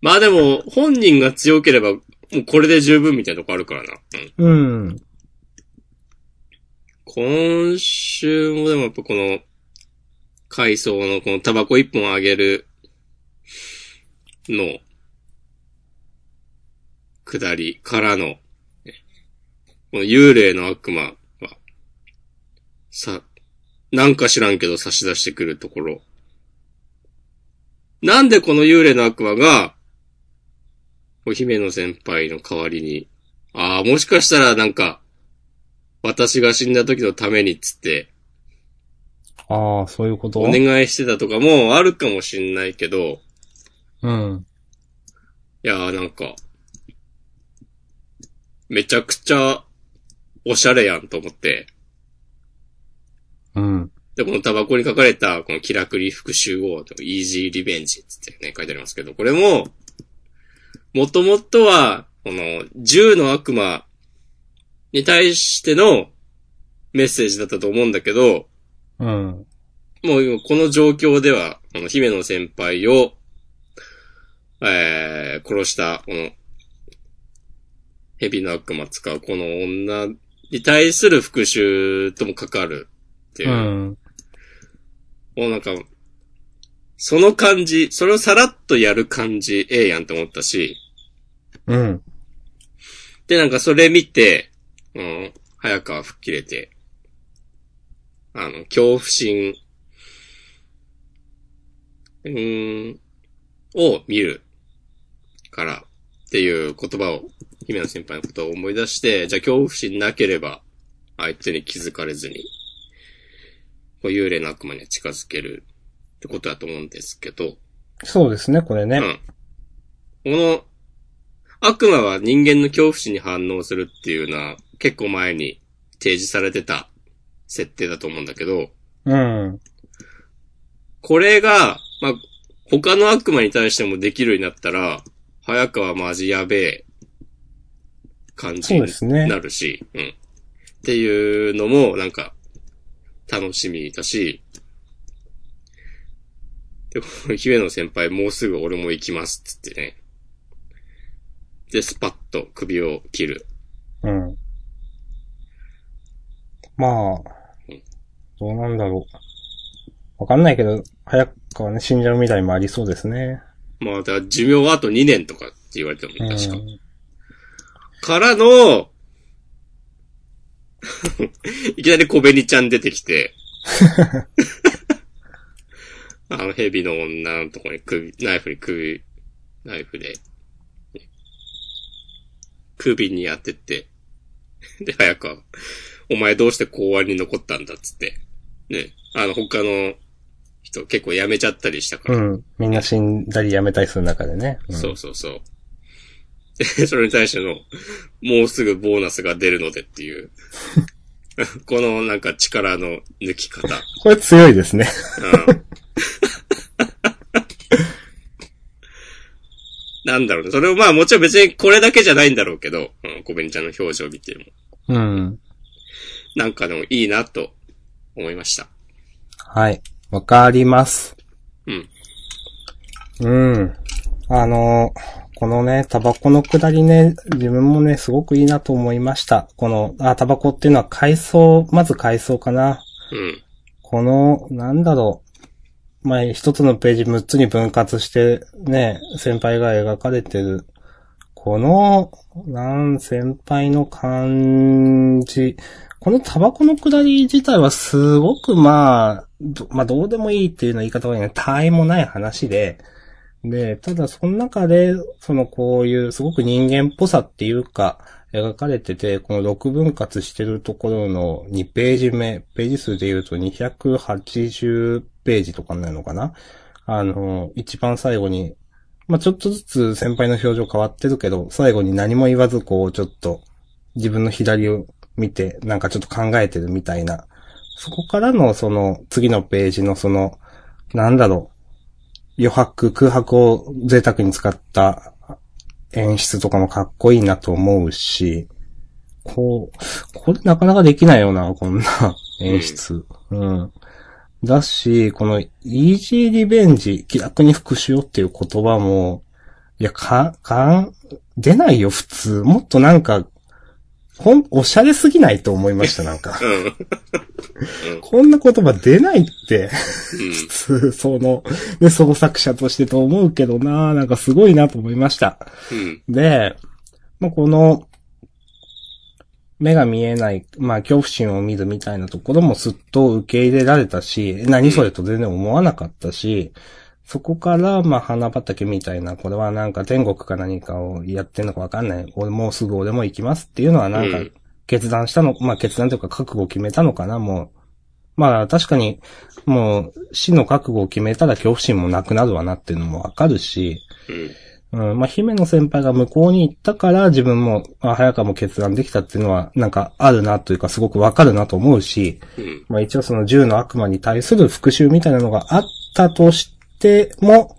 [SPEAKER 2] まあでも、本人が強ければ、もうこれで十分みたいなとこあるからな。うん。
[SPEAKER 1] うん。
[SPEAKER 2] 今週もでもやっぱこの、海藻のこのタバコ一本あげるの、下りからの、この幽霊の悪魔は、さ、なんか知らんけど差し出してくるところ。なんでこの幽霊の悪魔が、お姫の先輩の代わりに、ああ、もしかしたらなんか、私が死んだ時のためにっつって、
[SPEAKER 1] ああ、そういうこと
[SPEAKER 2] お願いしてたとかもあるかもしんないけど、
[SPEAKER 1] うん。
[SPEAKER 2] いやーなんか、めちゃくちゃ、おしゃれやんと思って。
[SPEAKER 1] うん。
[SPEAKER 2] で、このタバコに書かれた、この気楽に復讐を、イージーリベンジっつってね、書いてありますけど、これも、もともとは、この、銃の悪魔に対してのメッセージだったと思うんだけど、
[SPEAKER 1] うん。
[SPEAKER 2] もう今この状況では、この姫野先輩を、えー、殺した、この、蛇の悪魔使うこの女に対する復讐とも関わるっていうう。
[SPEAKER 1] ん。
[SPEAKER 2] もうなんか、その感じ、それをさらっとやる感じ、ええやんと思ったし、
[SPEAKER 1] うん。
[SPEAKER 2] で、なんかそれ見て、うん、早川吹っ切れて、あの、恐怖心、うーん、を見るから、っていう言葉を、姫野先輩のことを思い出して、じゃあ恐怖心なければ、相手に気づかれずに、こう幽霊の悪魔には近づけるってことだと思うんですけど、
[SPEAKER 1] そうですね、これね。
[SPEAKER 2] うん。この、悪魔は人間の恐怖心に反応するっていうのは、結構前に提示されてた設定だと思うんだけど、
[SPEAKER 1] うん。
[SPEAKER 2] これが、まあ、他の悪魔に対してもできるようになったら、早川マジやべえ感じ
[SPEAKER 1] そう
[SPEAKER 2] に
[SPEAKER 1] ですね
[SPEAKER 2] な。るし、うん。っていうのも、なんか、楽しみだし、で、この姫野先輩、もうすぐ俺も行きます、つってね。で、スパッと首を切る。
[SPEAKER 1] うん。まあ、どうなんだろう。わかんないけど、早くはね、死んじゃう未来もありそうですね。
[SPEAKER 2] まあ、だから寿命はあと2年とかって言われても、確か。
[SPEAKER 1] うん
[SPEAKER 2] からの、 <laughs> いきなり小紅ちゃん出てきて、あの蛇の女のとこに首、ナイフに首、ナイフで、首に当てて、で、早く、お前どうして公安に残ったんだっつって、ね、あの他の人結構辞めちゃったりしたから、
[SPEAKER 1] うん。みんな死んだりやめたりする中でね。ん
[SPEAKER 2] そうそうそう。で、それに対しての、もうすぐボーナスが出るのでっていう。このなんか力の抜き方。
[SPEAKER 1] これ強いですね。
[SPEAKER 2] うん、なんだろうね。それをまあもちろん別にこれだけじゃないんだろうけど、うん、コベンちゃんの表情を見ても。
[SPEAKER 1] うん。
[SPEAKER 2] なんかでもいいなと思いました。
[SPEAKER 1] はい。わかります。
[SPEAKER 2] うん。
[SPEAKER 1] うん。あの、このね、タバコのくだりね、自分もね、すごくいいなと思いました。この、あ、タバコっていうのは海藻、まず海藻かな。
[SPEAKER 2] うん。
[SPEAKER 1] この、なんだろう。まあ、一つのページ6つに分割して、ね、先輩が描かれてる。この、なん、先輩の感じ。このタバコのくだり自体はすごくまあ、どまあどうでもいいっていうのは言い方がいいね。他愛もない話で。で、ただその中で、そのこういうすごく人間っぽさっていうか、描かれてて、この6分割してるところの2ページ目、ページ数で言うと280ページとかになるのかなあの、一番最後に、まあ、ちょっとずつ先輩の表情変わってるけど、最後に何も言わずこう、ちょっと自分の左を見て、なんかちょっと考えてるみたいな。そこからのその次のページのその、なんだろう、余白、空白を贅沢に使った演出とかもかっこいいなと思うし、こう、これなかなかできないよな、こんな演出。うん。だし、このイージーリベンジ、気楽に復讐をっていう言葉も、いや、か、かん、出ないよ、普通。もっとなんか、ほん、おしゃれすぎないと思いました、なんか。
[SPEAKER 2] うん。
[SPEAKER 1] こんな言葉出ないって。
[SPEAKER 2] うん。
[SPEAKER 1] 普通、その、ね、創作者としてと思うけどな、なんかすごいなと思いました。
[SPEAKER 2] うん。
[SPEAKER 1] で、まあ、この、目が見えない、まあ、恐怖心を見るみたいなところもすっと受け入れられたし、何それと全然思わなかったし、そこから、まあ、花畑みたいな、これはなんか天国か何かをやってんのかわかんない。俺もうすぐ俺も行きますっていうのはなん
[SPEAKER 2] う
[SPEAKER 1] か
[SPEAKER 2] ん、
[SPEAKER 1] 決断したの、まあ、決断というか覚悟を決めたのかな、もう。まあ、確かに、もう、死の覚悟を決めたら恐怖心もなくなるわなっていうのもわかるし、
[SPEAKER 2] うん。
[SPEAKER 1] うん、まあ、姫野先輩が向こうに行ったから、自分も、あ、早川も決断できたっていうのは、なんか、あるなというか、すごくわかるなと思うし、
[SPEAKER 2] うん。
[SPEAKER 1] まあ、一応その銃の悪魔に対する復讐みたいなのがあったとしても、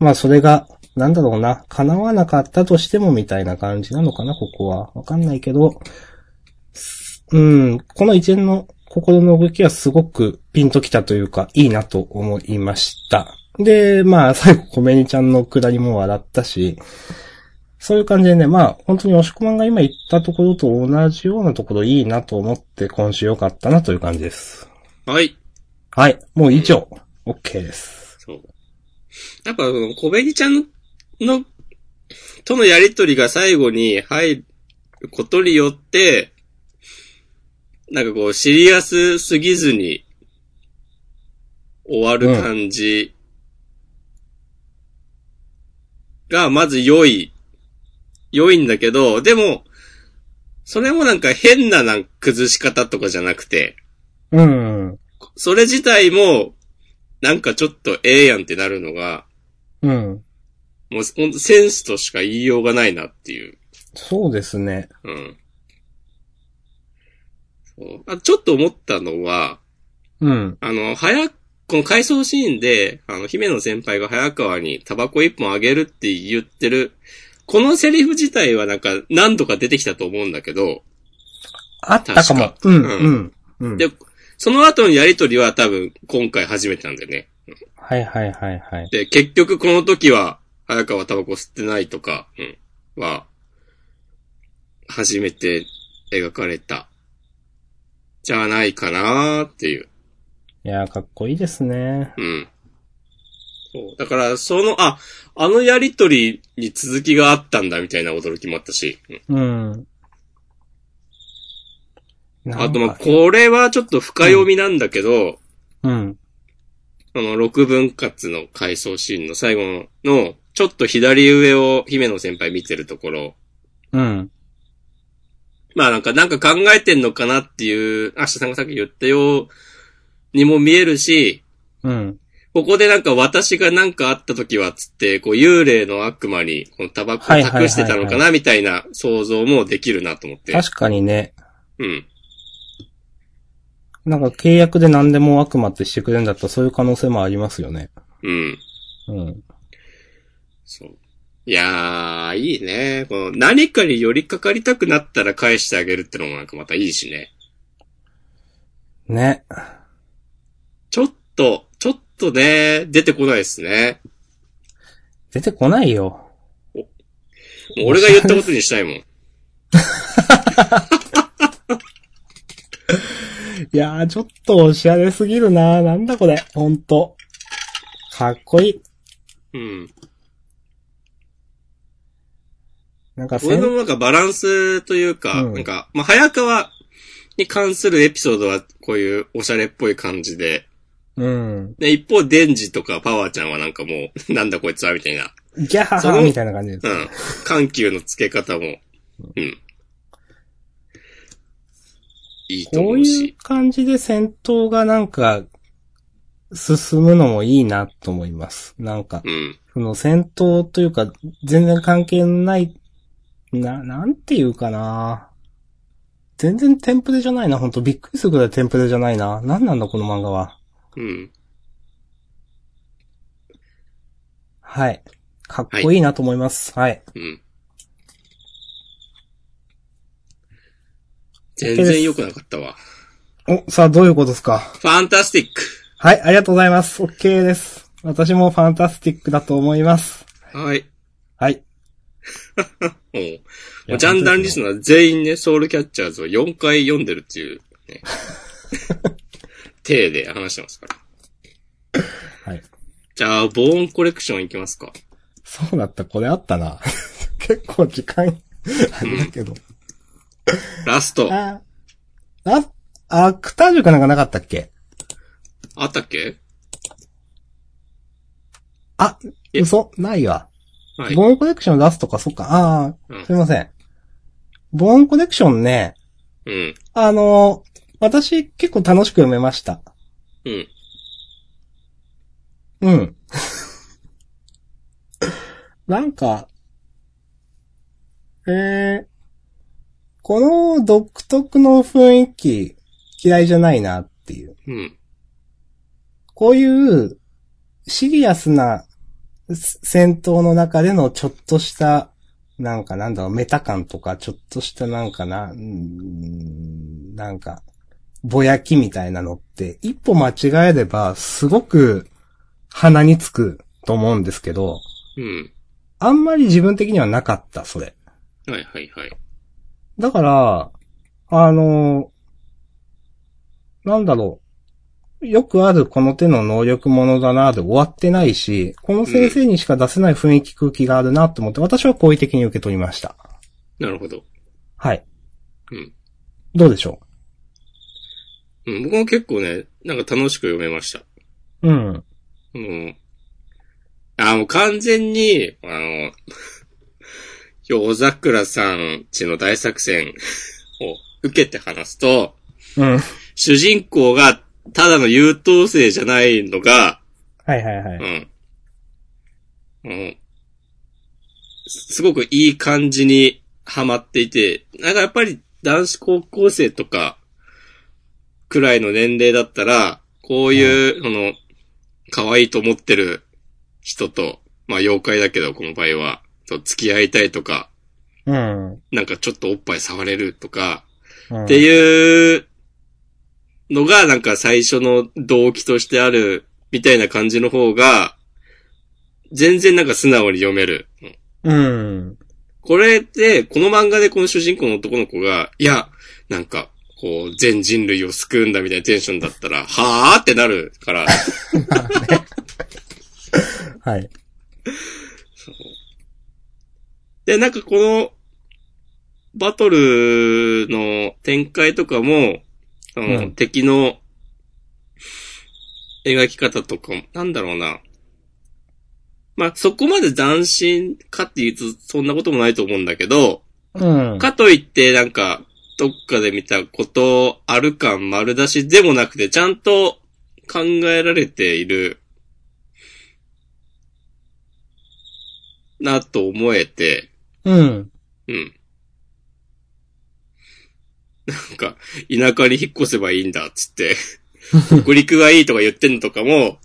[SPEAKER 1] まあ、それが、なんだろうな、叶わなかったとしてもみたいな感じなのかな、ここは。わかんないけど、うん、この一連の心の動きはすごくピンときたというか、いいなと思いました。で、まあ、最後、コメニちゃんの下りも笑ったし、そういう感じでね、まあ、本当に押し込まんが今言ったところと同じようなところいいなと思って、今週良かったなという感じです。
[SPEAKER 2] はい。
[SPEAKER 1] はい、もう以上。OK です。
[SPEAKER 2] そう。やっぱ、小紅ちゃんの、のとのやりとりが最後に入ることによって、なんかこう、シリアスすぎずに、終わる感じが、まず良い良いんだけど、でも、それもなんか変ななんか崩し方とかじゃなくて、
[SPEAKER 1] うん。
[SPEAKER 2] それ自体も、なんかちょっとええやんってなるのが、
[SPEAKER 1] うん。
[SPEAKER 2] もうほんとセンスとしか言いようがないなっていう。
[SPEAKER 1] そうですね。
[SPEAKER 2] うん。そうあちょっと思ったのは、
[SPEAKER 1] うん。
[SPEAKER 2] あの、早、この回想シーンで、あの、姫野先輩が早川にタバコ一本あげるって言ってる、このセリフ自体はなんか何度か出てきたと思うんだけど、
[SPEAKER 1] あったかも
[SPEAKER 2] 確。
[SPEAKER 1] うん、
[SPEAKER 2] う
[SPEAKER 1] うん。うん。
[SPEAKER 2] で、その後のやりとりは多分今回初めてなんだよね。
[SPEAKER 1] はいはいはいはい。
[SPEAKER 2] で、結局この時は、早川はタバコ吸ってないとか、うん、は、初めて描かれた、じゃないかなーっていう。
[SPEAKER 1] いやー、かっこいいですね。
[SPEAKER 2] うん。そう。だから、その、あ、あのやりとりに続きがあったんだみたいな驚きもあったし。うん
[SPEAKER 1] うん。
[SPEAKER 2] あと、まあ、これはちょっと深読みなんだけど、
[SPEAKER 1] うん。
[SPEAKER 2] あの、六分割の回想シーンの最後の、ちょっと左上を姫野先輩見てるところ、
[SPEAKER 1] うん。
[SPEAKER 2] まあなんか、なんか考えてんのかなっていう、明日さんがさっき言ったようにも見えるし、
[SPEAKER 1] うん。
[SPEAKER 2] ここでなんか私がなんかあった時はっつって、こう幽霊の悪魔にこのタバコを託してたのか
[SPEAKER 1] はいはいはいは
[SPEAKER 2] なみたいな想像もできるなと思って。
[SPEAKER 1] 確かにね、
[SPEAKER 2] うん。
[SPEAKER 1] なんか契約で何でも悪魔ってしてくれるんだったらそういう可能性もありますよね。
[SPEAKER 2] うん。
[SPEAKER 1] うん。
[SPEAKER 2] そう。いやー、いいね。この何かに寄りかかりたくなったら返してあげるってのもなんかまたいいしね。
[SPEAKER 1] ね。
[SPEAKER 2] ちょっと、ちょっとね、出てこないですね。
[SPEAKER 1] 出てこないよ。
[SPEAKER 2] もう俺が言ったことにしたいもん。
[SPEAKER 1] いやー、ちょっとおしゃれすぎるなー。なんだこれ。ほんと。かっこいい。
[SPEAKER 2] うん。
[SPEAKER 1] なんかせ
[SPEAKER 2] 俺
[SPEAKER 1] ん
[SPEAKER 2] のなんかバランスというか、
[SPEAKER 1] うん
[SPEAKER 2] なんか、まあ、早川に関するエピソードはこういうおしゃれっぽい感じで、
[SPEAKER 1] うん。
[SPEAKER 2] で、一方、デンジとかパワーちゃんはなんかもう、 <laughs> なんだこいつはみたいな、
[SPEAKER 1] ギャハ
[SPEAKER 2] そ
[SPEAKER 1] ハ
[SPEAKER 2] の
[SPEAKER 1] みたいな感じです
[SPEAKER 2] う。ん。緩急の付け方も、うん。いいと
[SPEAKER 1] こ
[SPEAKER 2] 思
[SPEAKER 1] う
[SPEAKER 2] う
[SPEAKER 1] いう
[SPEAKER 2] し。
[SPEAKER 1] 感じで戦闘がなんか、進むのもいいなと思います。なんか
[SPEAKER 2] う、ん。
[SPEAKER 1] その戦闘というか、全然関係ない、な、なんていうかな全然テンプレじゃないな、ほんとびっくりするくらいテンプレじゃないな。なんなんだ、この漫画は。
[SPEAKER 2] うん。
[SPEAKER 1] はい。かっこいいなと思います。はい。
[SPEAKER 2] うん。全然良くなかったわ。
[SPEAKER 1] お、さあ、どういうことですか
[SPEAKER 2] ファンタスティック
[SPEAKER 1] はい、ありがとうございます。OK です。私もファンタスティックだと思います。
[SPEAKER 2] はい。
[SPEAKER 1] はい。
[SPEAKER 2] もう、もうジャンダンリスナー全員ね、ソウルキャッチャーズを4回読んでるっていう、
[SPEAKER 1] <laughs>
[SPEAKER 2] ね。手で話してますから。
[SPEAKER 1] はい。
[SPEAKER 2] じゃあ、ボーンコレクションいきますか。
[SPEAKER 1] そうだった、これあったな。 <laughs> 結構時間あれだけど。
[SPEAKER 2] ラスト。
[SPEAKER 1] あ、あ、あ、クタージュかなんかなかったっけ
[SPEAKER 2] あったっけ
[SPEAKER 1] あ、
[SPEAKER 2] え
[SPEAKER 1] 嘘ないわ。
[SPEAKER 2] はい。
[SPEAKER 1] ボーンコレクション出すとか、そっか。ああ、
[SPEAKER 2] うん
[SPEAKER 1] すいません。ボーンコレクションね、
[SPEAKER 2] うん。
[SPEAKER 1] あの私結構楽しく読めました。
[SPEAKER 2] うん。
[SPEAKER 1] うん。 <laughs> なんか、えー、この独特の雰囲気嫌いじゃないなっていう。
[SPEAKER 2] うん。
[SPEAKER 1] こういうシリアスなす戦闘の中でのちょっとした、なんかなんだろう、メタ感とか、ちょっとしたなんかな、うーんなんか、ぼやきみたいなのって、一歩間違えれば、すごく鼻につくと思うんですけど、
[SPEAKER 2] うん。
[SPEAKER 1] あんまり自分的にはなかった、それ。
[SPEAKER 2] はいはいはい。
[SPEAKER 1] だから、あの、なんだろう。よくあるこの手の能力者だなで終わってないし、この先生にしか出せない雰囲気空気があるなと思って、私は好意的に受け取りました。
[SPEAKER 2] なるほど。
[SPEAKER 1] はい。
[SPEAKER 2] うん。
[SPEAKER 1] どうでしょ
[SPEAKER 2] うん、僕も結構ね、なんか楽しく読めました。
[SPEAKER 1] ううん。
[SPEAKER 2] もう、あ、もう完全に、あの、今日、小桜さんちの大作戦を受けて話すと、
[SPEAKER 1] うん。
[SPEAKER 2] 主人公がただの優等生じゃないのが、
[SPEAKER 1] はいはいは
[SPEAKER 2] う
[SPEAKER 1] い。
[SPEAKER 2] ん。うん。すすごくいい感じにハマっていて、なんかやっぱり男子高校生とかくらいの年齢だったら、こういう、その、可愛いと思ってる人と、まあ妖怪だけど、この場合は、と付き合いたいとか、
[SPEAKER 1] うん。う
[SPEAKER 2] なんかちょっとおっぱい触れるとか、
[SPEAKER 1] ん
[SPEAKER 2] っていうのがなんか最初の動機としてあるみたいな感じの方が、全然なんか素直に読める。
[SPEAKER 1] うん。
[SPEAKER 2] これって、この漫画でこの主人公の男の子が、いや、なんか、こう、全人類を救うんだみたいなテンションだったら、はぁーってなるから、
[SPEAKER 1] はい。
[SPEAKER 2] で、なんかこの、バトルの展開とかも、あの、
[SPEAKER 1] うん
[SPEAKER 2] 敵の描き方とかも、なんだろうな。まあ、そこまで斬新かって言うと、そんなこともないと思うんだけど、
[SPEAKER 1] うん。
[SPEAKER 2] かといって、なんか、どっかで見たことある感丸出しでもなくて、ちゃんと考えられている、なと思えて、
[SPEAKER 1] うん。
[SPEAKER 2] うん。なんか、田舎に引っ越せばいいんだ、つって。北陸がいいとか言ってんのとかも、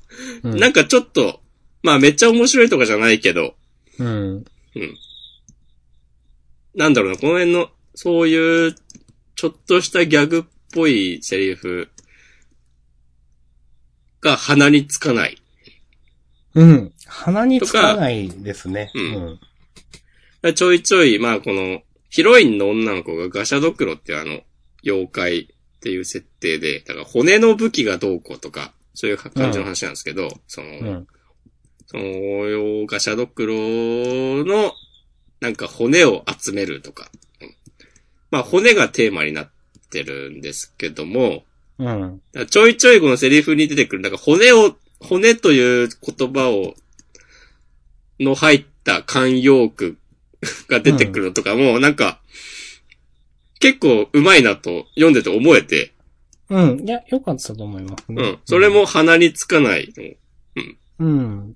[SPEAKER 1] うん
[SPEAKER 2] なんかちょっと、まあめっちゃ面白いとかじゃないけど、
[SPEAKER 1] うん。
[SPEAKER 2] なんだろうな、この辺の、そういう、ちょっとしたギャグっぽいセリフが鼻につかない。
[SPEAKER 1] うん。鼻につかないですね。
[SPEAKER 2] うん
[SPEAKER 1] うん。
[SPEAKER 2] ちょいちょい、まあこの、ヒロインの女の子がガシャドクロってあの、妖怪っていう設定で、だから骨の武器がどうこうとか、そういう感じの話なんですけど、その、
[SPEAKER 1] うん。
[SPEAKER 2] その、妖怪シャドクロの、なんか骨を集めるとか。うんまあ、骨がテーマになってるんですけども、
[SPEAKER 1] うん。
[SPEAKER 2] だからちょいちょいこのセリフに出てくる、なんか骨を、骨という言葉を、の入った慣用句 <laughs> が出てくるのとかも、なんか、結構うまいなと読んでて思えて、
[SPEAKER 1] うん。いや、良かったと思います
[SPEAKER 2] う
[SPEAKER 1] ね。
[SPEAKER 2] ん。それ。も鼻につかない。うん
[SPEAKER 1] うん。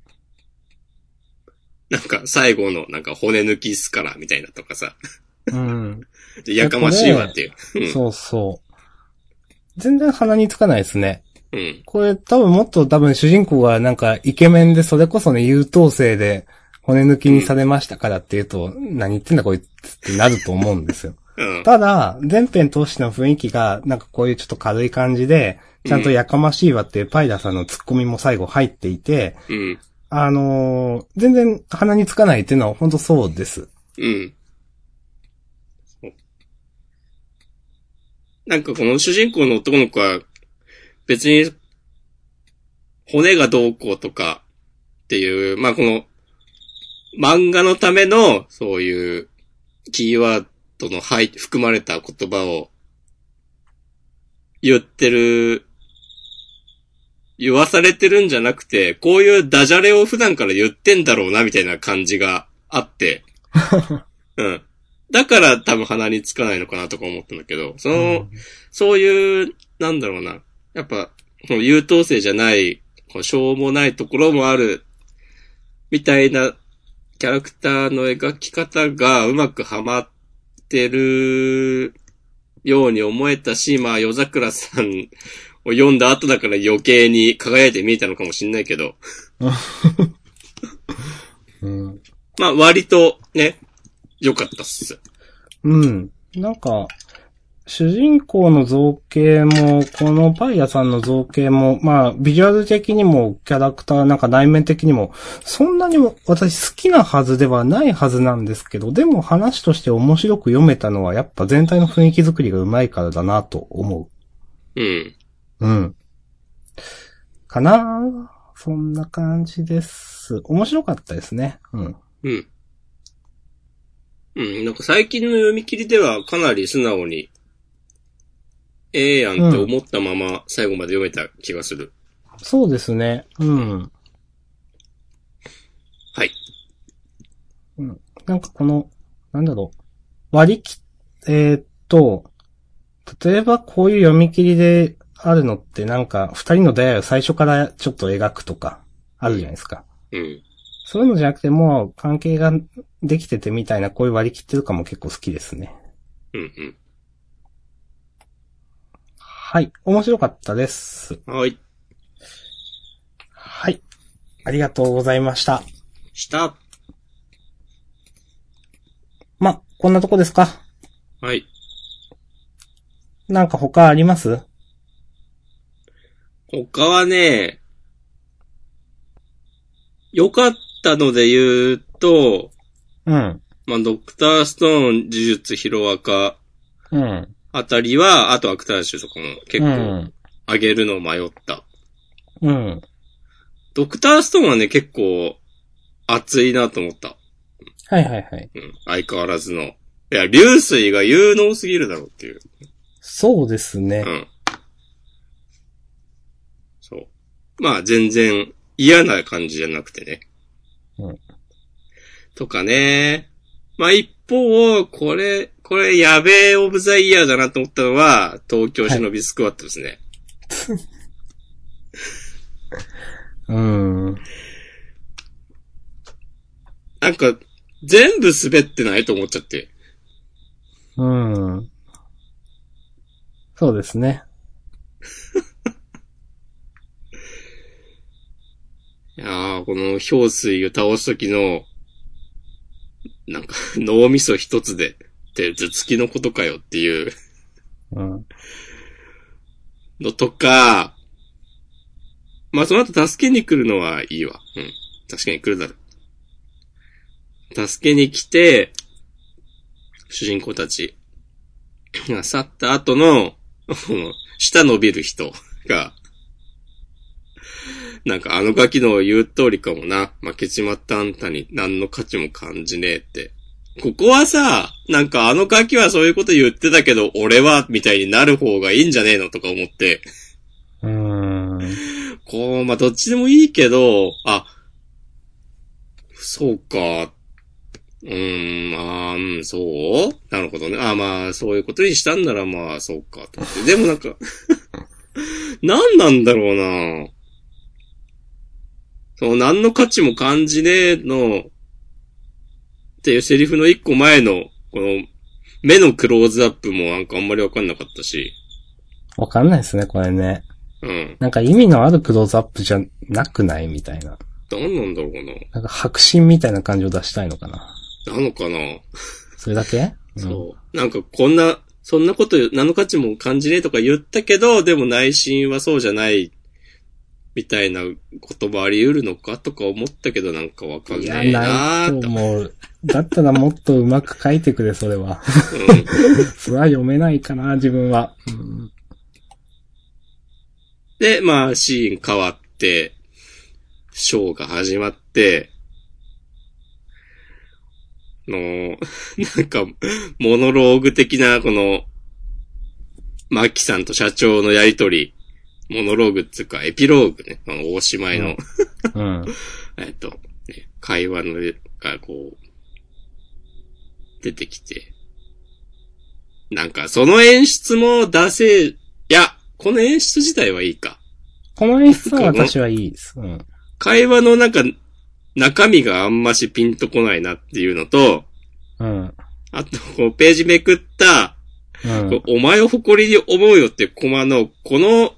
[SPEAKER 2] なんか最後の、なんか骨抜きっすから、みたいなとかさ。
[SPEAKER 1] うん。
[SPEAKER 2] でやかましいわっていう。うん
[SPEAKER 1] そうそう。全然鼻につかないですね。
[SPEAKER 2] うん。
[SPEAKER 1] これ多分もっと多分主人公がなんかイケメンでそれこそね優等生で骨抜きにされましたからっていうと、何言ってんだこいつってなると思うん <laughs> ですよ。
[SPEAKER 2] うん。
[SPEAKER 1] ただ、前編通しての雰囲気がなんかこういうちょっと軽い感じで、ちゃんとやかましいわっていうパイダーさんのツッコミも最後入っていて、
[SPEAKER 2] うん。
[SPEAKER 1] あのー全然鼻につかないっていうのは本当そうです。
[SPEAKER 2] うん。そうなんかこの主人公の男の子は、別に、骨がどうこうとかっていう、まあこの、漫画のための、そういう、キーワードの入っ含まれた言葉を、言ってる、言わされてるんじゃなくて、こういうダジャレを普段から言ってんだろうな、みたいな感じがあって、うん。だから多分鼻につかないのかなとか思ったんだけど、その、そういう、なんだろうな。やっぱ、この優等生じゃない、こうしょうもないところもある、みたいなキャラクターの描き方がうまくハマってるように思えたし、まあ、夜桜さんを読んだ後だから余計に輝いて見えたのかもしれないけど、
[SPEAKER 1] うん。
[SPEAKER 2] まあ、割とね、良かったっす。
[SPEAKER 1] うん。なんか、主人公の造形も、このパイヤさんの造形も、まあ、ビジュアル的にも、キャラクター、なんか内面的にも、そんなにも私好きなはずではないはずなんですけど、でも話として面白く読めたのは、やっぱ全体の雰囲気作りがうまいからだなと思
[SPEAKER 2] うん。
[SPEAKER 1] う。うん。かなあそんな感じです。面白かったですね。うん。
[SPEAKER 2] うん。うん、なんか最近の読み切りではかなり素直に、ええやんって思ったまま最後まで読めた気がする。
[SPEAKER 1] そうですね。うん。
[SPEAKER 2] はい。
[SPEAKER 1] うん。なんかこの、なんだろう。割り切、えーっと、例えばこういう読み切りであるのってなんか、二人の出会いを最初からちょっと描くとか、あるじゃないですか。
[SPEAKER 2] うん。
[SPEAKER 1] そういうのじゃなくてもう関係ができててみたいな、こういう割り切ってるかも結構好きですね。
[SPEAKER 2] うん
[SPEAKER 1] はい。面白かったです。
[SPEAKER 2] うん。はい。
[SPEAKER 1] はい。ありがとうございました。
[SPEAKER 2] した。
[SPEAKER 1] まあ、こんなとこですか
[SPEAKER 2] はい。
[SPEAKER 1] なんか他あります
[SPEAKER 2] 他はね、良かったので言うと、
[SPEAKER 1] うん。
[SPEAKER 2] まあ、ドクターストーン、呪術、ヒロアカ
[SPEAKER 1] うん。
[SPEAKER 2] あたりは、あとアクターシュとかも結
[SPEAKER 1] う
[SPEAKER 2] 構
[SPEAKER 1] ん。
[SPEAKER 2] 上げるの迷った。
[SPEAKER 1] うん。
[SPEAKER 2] ドクターストーンはね、結構熱いなと思った。
[SPEAKER 1] はいはいはい。
[SPEAKER 2] うん。相変わらずの。いや、流水が有能すぎるだろうっていう。
[SPEAKER 1] そうですね
[SPEAKER 2] う。ん。そう。まあ、全然嫌な感じじゃなくてね。
[SPEAKER 1] うん。
[SPEAKER 2] とかね。まあ、一方、これ、これ、やべえオブザイヤーだなと思ったのは、東京忍びスクワットですね。
[SPEAKER 1] うん。
[SPEAKER 2] なんか、全部滑ってないと思っちゃって。
[SPEAKER 1] うん。そうですね。
[SPEAKER 2] いやー、この氷水を倒すときの、なんか、脳みそ一つで、って、頭突きのことかよっていう
[SPEAKER 1] うん。
[SPEAKER 2] のとか、まあ、その後助けに来るのはいいわ。うん。助けに来るだろ。助けに来て、主人公たちが去った後の、 <laughs> この舌伸びる人が、なんかあのガキの言う通りかもな。負けちまったあんたに何の価値も感じねえって。ここはさ、なんかあのガキはそういうこと言ってたけど、俺は、みたいになる方がいいんじゃねえのとか思って。
[SPEAKER 1] うん。
[SPEAKER 2] こう、まあ、どっちでもいいけど、あ、そうか。うーん、あーうん、そうなるほどね。あまあ、そういうことにしたんなら、まあ、そうかと思って。でもなんか、 <laughs> 何なんだろうなその、何の価値も感じねえの、っていうセリフの一個前の、この、目のクローズアップもなんかあんまりわかんなかったし、
[SPEAKER 1] わかんないですね、これね。
[SPEAKER 2] うん。
[SPEAKER 1] なんか意味のあるクローズアップじゃなくないみたいな。
[SPEAKER 2] 何なんだろうな
[SPEAKER 1] なんか白心みたいな感じを出したいのかな。
[SPEAKER 2] なのかな
[SPEAKER 1] それだけ
[SPEAKER 2] そう。なんかこんな、そんなこと何の価値も感じねえとか言ったけど、でも内心はそうじゃない、みたいなこともあり得るのかとか思ったけど、なんかわか
[SPEAKER 1] い
[SPEAKER 2] んな
[SPEAKER 1] や、
[SPEAKER 2] い
[SPEAKER 1] な
[SPEAKER 2] ないー
[SPEAKER 1] と
[SPEAKER 2] と。
[SPEAKER 1] 思う。だったらもっとうまく書いてくれ、それは。 <laughs>
[SPEAKER 2] うん
[SPEAKER 1] それは読めないかな、自分は。うん。
[SPEAKER 2] で、まあ、シーン変わって、ショーが始まって、の、なんか、モノローグ的な、この、マキさんと社長のやりとり、モノローグっていうか、エピローグね、あの、大島への、
[SPEAKER 1] うん。
[SPEAKER 2] えっと、ね会話の、がこう、出てきて、なんか、その演出も出せ、いや、この演出自体はいいか。
[SPEAKER 1] この演出は私はいいです。うん。
[SPEAKER 2] 会話のなんか、中身があんましピンとこないなっていうのと、
[SPEAKER 1] うん。
[SPEAKER 2] あと、こう、ページめくった、
[SPEAKER 1] うん。
[SPEAKER 2] お前を誇りに思うよってコマの、この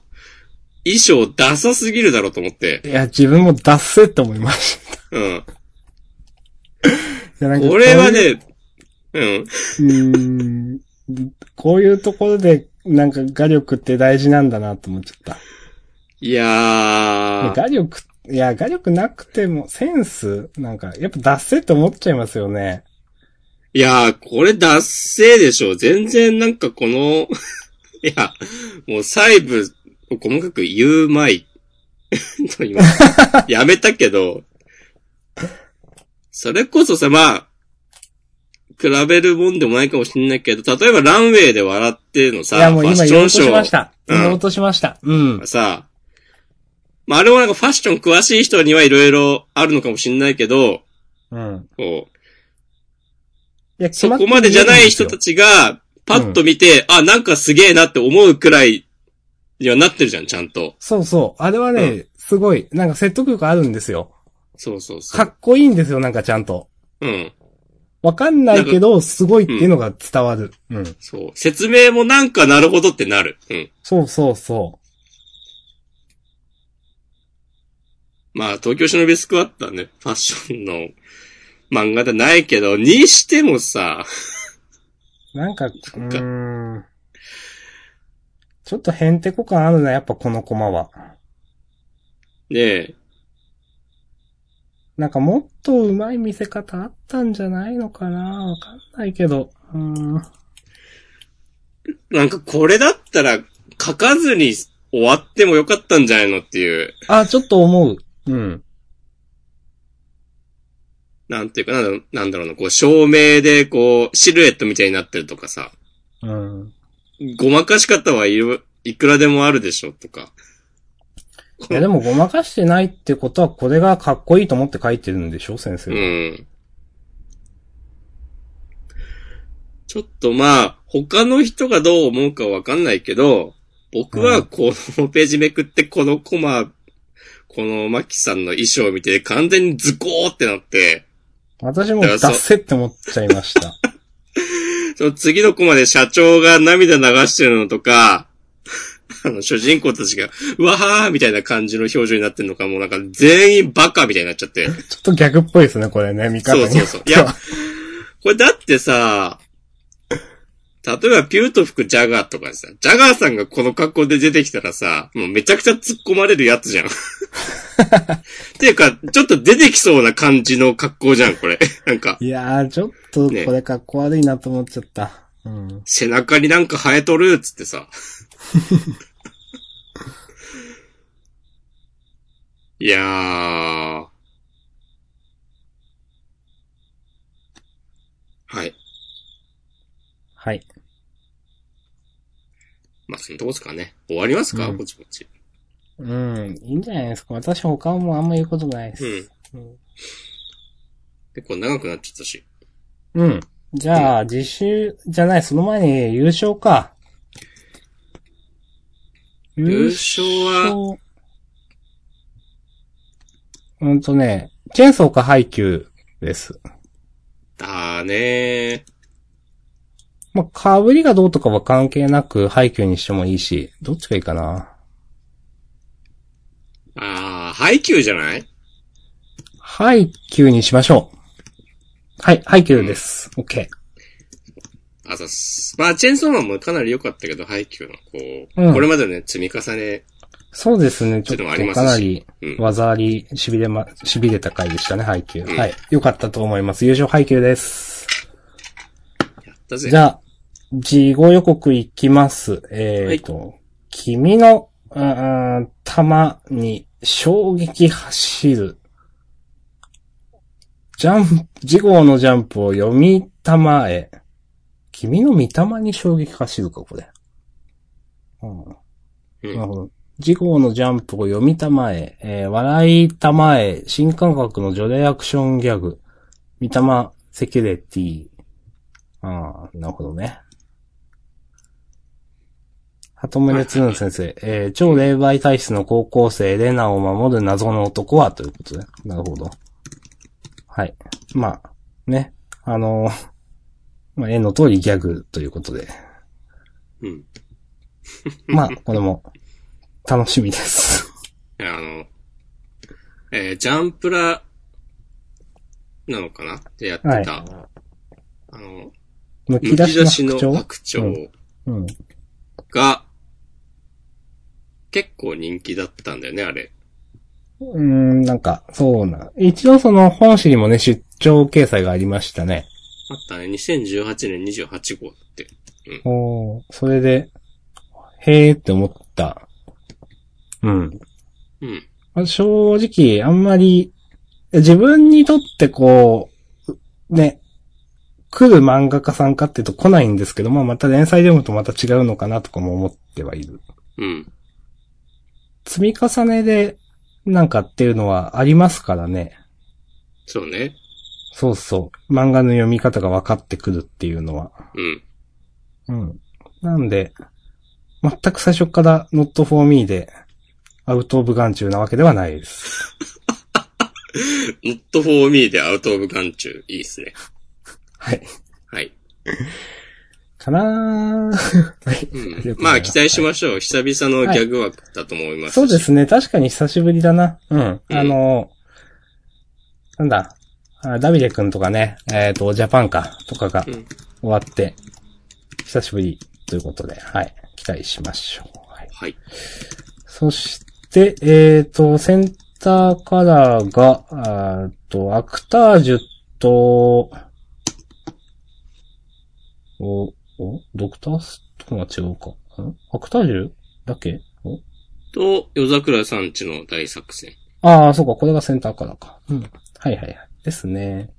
[SPEAKER 2] 衣装ダサすぎるだろうと思って。
[SPEAKER 1] いや、自分も出せって思いまし
[SPEAKER 2] うん。
[SPEAKER 1] た。いやなんか
[SPEAKER 2] これはね、うん。
[SPEAKER 1] うーんこういうところで、なんか画力って大事なんだなと思っちゃった。
[SPEAKER 2] いや
[SPEAKER 1] いや
[SPEAKER 2] ー。
[SPEAKER 1] 画力、いや、画力なくても、センスなんか、やっぱ出せって思っちゃいますよね。
[SPEAKER 2] いやー、これ脱せでしょ。全然なんかこの、 <laughs> いや、もう細部を細かく言うまい。 <laughs> と今、やめたけど、それこそさ、まあ、比べるもんでもないかもしんないけど、例えばランウェイで笑っての
[SPEAKER 1] い
[SPEAKER 2] さ、
[SPEAKER 1] や、もう
[SPEAKER 2] ファッ
[SPEAKER 1] 今
[SPEAKER 2] シ
[SPEAKER 1] 言
[SPEAKER 2] ョ
[SPEAKER 1] おう
[SPEAKER 2] ン
[SPEAKER 1] と
[SPEAKER 2] シ
[SPEAKER 1] し
[SPEAKER 2] ョ
[SPEAKER 1] ました。
[SPEAKER 2] うん
[SPEAKER 1] 言おうとしました。うん
[SPEAKER 2] ー。さ、まあ、あれもなんかファッション詳しい人にはいろいろあるのかもしんないけど、
[SPEAKER 1] うん。
[SPEAKER 2] こう、
[SPEAKER 1] いや、
[SPEAKER 2] そこまでじゃない人たちが、パッと見て、あ、なんかすげえなって思うくらいにはなってるじゃん、ちゃんと。
[SPEAKER 1] そうそう。あれはね、
[SPEAKER 2] う
[SPEAKER 1] すごい、なんか説得力あるんですよ。
[SPEAKER 2] そうそうそ
[SPEAKER 1] か
[SPEAKER 2] う。
[SPEAKER 1] っこいいんですよ、なんかちゃんと。
[SPEAKER 2] うん。
[SPEAKER 1] わかんないけど、すごいっていうのが伝わる。うん。
[SPEAKER 2] そう。説明もなんかなるほどってなる。うん。
[SPEAKER 1] そうそうそ
[SPEAKER 2] まあ、東京忍びスクワットはね、ファッションの漫画じゃないけど、にしてもさ、
[SPEAKER 1] う。なんか、うーん。ちょっとへんてこ感あるな、やっぱこのコマは。
[SPEAKER 2] ねえ、
[SPEAKER 1] なんかもっと上手い見せ方あったんじゃないのかなわかんないけど。うーん。
[SPEAKER 2] なんかこれだったら書かずに終わってもよかったんじゃないのっていう、
[SPEAKER 1] あ、ちょっと思う。うん。
[SPEAKER 2] なんていうかなんだろう、なんだろうな、こう、照明でこう、シルエットみたいになってるとかさ、
[SPEAKER 1] うん。
[SPEAKER 2] ごまかし方はいろいくらでもあるでしょ、とか。
[SPEAKER 1] いや、でもごまかしてないってことは、これがかっこいいと思って書いてるんでしょ先生
[SPEAKER 2] う
[SPEAKER 1] は。
[SPEAKER 2] ん。ちょっとまあ、他の人がどう思うかわかんないけど、僕
[SPEAKER 1] う
[SPEAKER 2] は
[SPEAKER 1] ん
[SPEAKER 2] このページめくってこのコマ、このマキさんの衣装を見て完全にズコーってなって、
[SPEAKER 1] 私も
[SPEAKER 2] だから
[SPEAKER 1] 出
[SPEAKER 2] そう
[SPEAKER 1] せって思っちゃいました。
[SPEAKER 2] その次のコマで社長が涙流してるのとか、 <laughs> あの、主人公たちが、うわはーみたいな感じの表情になってるのか、もうなんか全員バカみたいになっちゃって。
[SPEAKER 1] ちょっと逆っぽいですね、これね、見方によっては。
[SPEAKER 2] そうそうそういやこれだってさ、例えばピュート吹くジャガーとかさ、ジャガーさんがこの格好で出てきたらさ、もうめちゃくちゃ突っ込まれるやつ <laughs> じゃん。っていうか、ちょっと出てきそうな感じの格好じゃん、これ。なんか、
[SPEAKER 1] いやー、ちょっとこ
[SPEAKER 2] ね
[SPEAKER 1] れ格好悪いなと思っちゃった。うん。
[SPEAKER 2] 背中になんか生えとるっつって <laughs> さ。いやー。はい。
[SPEAKER 1] はい。
[SPEAKER 2] まあ、そのとこですかね。終わりますか、
[SPEAKER 1] うん
[SPEAKER 2] ぼちぼち。
[SPEAKER 1] うん、いいんじゃないですか。私他はもうあんま言うことないで
[SPEAKER 2] う
[SPEAKER 1] す
[SPEAKER 2] ん。。
[SPEAKER 1] うん。
[SPEAKER 2] 結構長くなっちゃったし。
[SPEAKER 1] うん。じゃあ、自習じゃない、その前に優勝か。
[SPEAKER 2] 優勝は
[SPEAKER 1] 優勝、うんとね、チェーンソーかハイキューです。
[SPEAKER 2] だね
[SPEAKER 1] まあ、被りがどうとかは関係なく、ハイキューにしてもいいし、どっちがいいかな。
[SPEAKER 2] ー。あー、ハイキューじゃない
[SPEAKER 1] ハイキューにしましょう。はい、ハイキューです。オッケ
[SPEAKER 2] あざっす。まあ、チェーンソーマンもかなり良かったけど、ハイキューの、こう、
[SPEAKER 1] うん
[SPEAKER 2] これまでのね、積み重ね、
[SPEAKER 1] ー。そうですね、ちょっ
[SPEAKER 2] ちょっと
[SPEAKER 1] と
[SPEAKER 2] あります
[SPEAKER 1] か
[SPEAKER 2] し
[SPEAKER 1] なり
[SPEAKER 2] うん。
[SPEAKER 1] 技あり、痺れま、痺れた回でしたね、ハイキュ
[SPEAKER 2] う
[SPEAKER 1] ー。
[SPEAKER 2] ん
[SPEAKER 1] はい。よかったと思います。優勝ハイキューです。
[SPEAKER 2] やったぜ。
[SPEAKER 1] じゃあ、事後予告いきます。えっ、と、君の、うーん、弾に衝撃走る。ジャンプ、事後のジャンプを読み玉へ。君の見玉に衝撃走るか、これ。うん。
[SPEAKER 2] うん
[SPEAKER 1] なるほど。事項のジャンプを読みたまえ、えー笑いたまえ、新感覚の除霊アクションギャグ、見たま、セキュリティ。ああ、なるほどね。鳩宗つ先生、えー超霊媒体質の高校生、レナを守る謎の男は、ということで。なるほど。はい。まあ、ね。あのーまあ、絵の通りギャグということで。
[SPEAKER 2] うん。
[SPEAKER 1] まあ、これも、楽しみです。
[SPEAKER 2] いやあの、えー、ジャンプラ、なのかなってやってた、
[SPEAKER 1] はい
[SPEAKER 2] あの、
[SPEAKER 1] む
[SPEAKER 2] む
[SPEAKER 1] き
[SPEAKER 2] き出
[SPEAKER 1] 出
[SPEAKER 2] し
[SPEAKER 1] しの
[SPEAKER 2] の
[SPEAKER 1] 白鳥
[SPEAKER 2] 白鳥
[SPEAKER 1] うん。
[SPEAKER 2] が、結構人気だったんだよね、あれ。
[SPEAKER 1] うーん、なんか、そうな。一応その本誌にもね、出張掲載がありましたね。
[SPEAKER 2] あったね、2018年28号って。
[SPEAKER 1] おーそれで、へーって思った。うん。
[SPEAKER 2] うん。
[SPEAKER 1] 正直、あんまり、自分にとってこう、ね、来る漫画家さんかっていうと来ないんですけど、まあまた連載読むとまた違うのかなとかも思ってはいる。
[SPEAKER 2] うん。
[SPEAKER 1] 積み重ねで、なんかっていうのはありますからね。
[SPEAKER 2] そうね。
[SPEAKER 1] そうそう。漫画の読み方が分かってくるっていうのは。
[SPEAKER 2] うん。
[SPEAKER 1] うん。なんで、全く最初から not for me で、アウトオブ眼中なわけではないです。
[SPEAKER 2] not for me でアウトオブ眼中。いいですね。
[SPEAKER 1] はい。
[SPEAKER 2] はい。
[SPEAKER 1] かなーはい。
[SPEAKER 2] うん
[SPEAKER 1] ありがとうございす
[SPEAKER 2] まあ、期待しましょう。久々のギャグ枠だと思います。
[SPEAKER 1] そうで。すね。確かに久しぶりだな。うん。
[SPEAKER 2] うん
[SPEAKER 1] あの、なんだ。あダビデ君とかね、えっ、と、ジャパンか、とかが
[SPEAKER 2] う
[SPEAKER 1] 終
[SPEAKER 2] ん
[SPEAKER 1] わって、久しぶりということで、はい。期待しましょう。はい。
[SPEAKER 2] はい。
[SPEAKER 1] そして、えっ、と、センターカラーが、あーっと、アクタージュと、お、お、ドクタースとは違うか。んアクタージュだけお
[SPEAKER 2] と、夜桜さんちの大作戦。
[SPEAKER 1] ああ、そうか、これがセンターカラーか。うん。はいはいはい。ですね。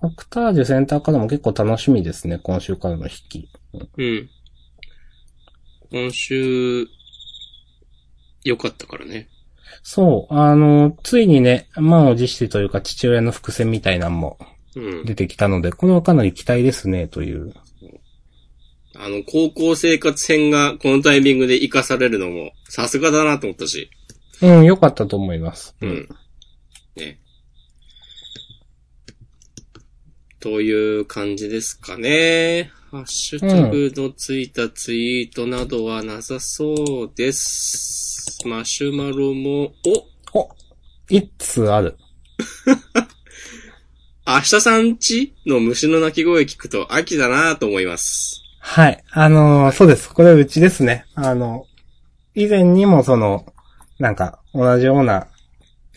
[SPEAKER 1] アクタージュセンターカラーも結構楽しみですね、今週からの引き。
[SPEAKER 2] うん。今週、良かったからね。
[SPEAKER 1] そう、あの、ついにね、満を持してというか父親の伏線みたいなんも
[SPEAKER 2] うん。
[SPEAKER 1] 出てきたので、これはかなり期待ですね、という。
[SPEAKER 2] あの、高校生活編がこのタイミングで活かされるのも、さすがだなと思ったし。
[SPEAKER 1] うん、良かったと思います。
[SPEAKER 2] うん。ね。という感じですかね。ハッシュタグのついたツイートなどはなさそうです。マシュマロも、お
[SPEAKER 1] お一通ある。
[SPEAKER 2] 明日さんちの虫の鳴き声聞くと秋だなと思います。
[SPEAKER 1] はい。あのーそうです。これうちですね。あの、以前にもその、なんか、同じような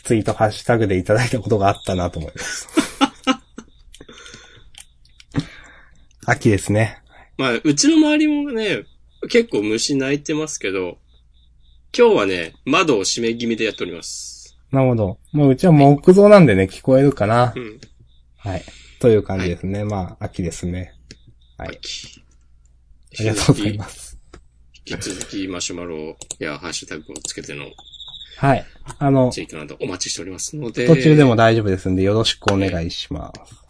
[SPEAKER 1] ツイート、ハッシュタグでいただいたことがあったなと思い <laughs> ます。秋ですね。
[SPEAKER 2] まあ、うちの周りもね、結構虫鳴いてますけど、今日はね、窓を閉め気味でやっております。
[SPEAKER 1] なるほど。もううちは木造なんでね、聞こえるかな
[SPEAKER 2] う。ん。
[SPEAKER 1] はい。という感じですね。まあ、秋ですね。はい。
[SPEAKER 2] 秋
[SPEAKER 1] ありがとうございます。
[SPEAKER 2] 引き続きマシュマロやハッシュタグをつけての
[SPEAKER 1] はい。あの、
[SPEAKER 2] ツイートなどお待ちしておりますので。
[SPEAKER 1] 途中でも大丈夫ですんで、よろしくお願いします。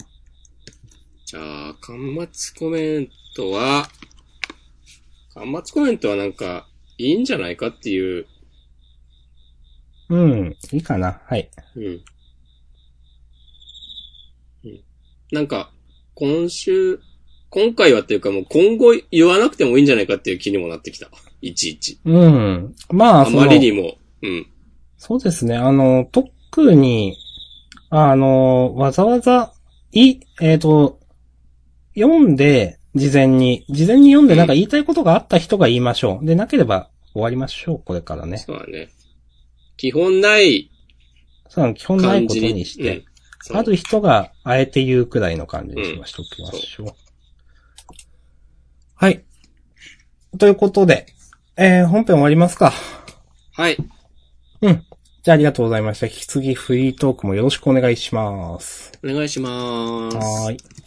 [SPEAKER 2] じゃあ、巻末コメントは、巻末コメントはなんか、いいんじゃないかっていう、
[SPEAKER 1] うん。いいかな。はい。
[SPEAKER 2] うん。うんなんか、今週、今回はっていうかもう今後言わなくてもいいんじゃないかっていう気にもなってきた。いちいち。
[SPEAKER 1] うん。まあ、
[SPEAKER 2] あ
[SPEAKER 1] その
[SPEAKER 2] まりにも、うん。
[SPEAKER 1] そうですね。あの、特に、あの、わざわざ、い、えっ、と、読んで、事前に、事前に読んでなんか言いたいことがあった人が言いましょう。で、なければ終わりましょう、これからね。
[SPEAKER 2] そうだね。基本ない
[SPEAKER 1] そう、基本ない
[SPEAKER 2] 感
[SPEAKER 1] こと
[SPEAKER 2] じに。
[SPEAKER 1] にし
[SPEAKER 2] うん
[SPEAKER 1] て、
[SPEAKER 2] そう
[SPEAKER 1] ある人があえて言うくらいの感じにしましときましょう。はい。ということで、えー、本編終わりますか。
[SPEAKER 2] はい。
[SPEAKER 1] うん。じゃあありがとうございました。引き継ぎフリートークもよろしくお願いします。
[SPEAKER 2] お願いします。
[SPEAKER 1] はーい。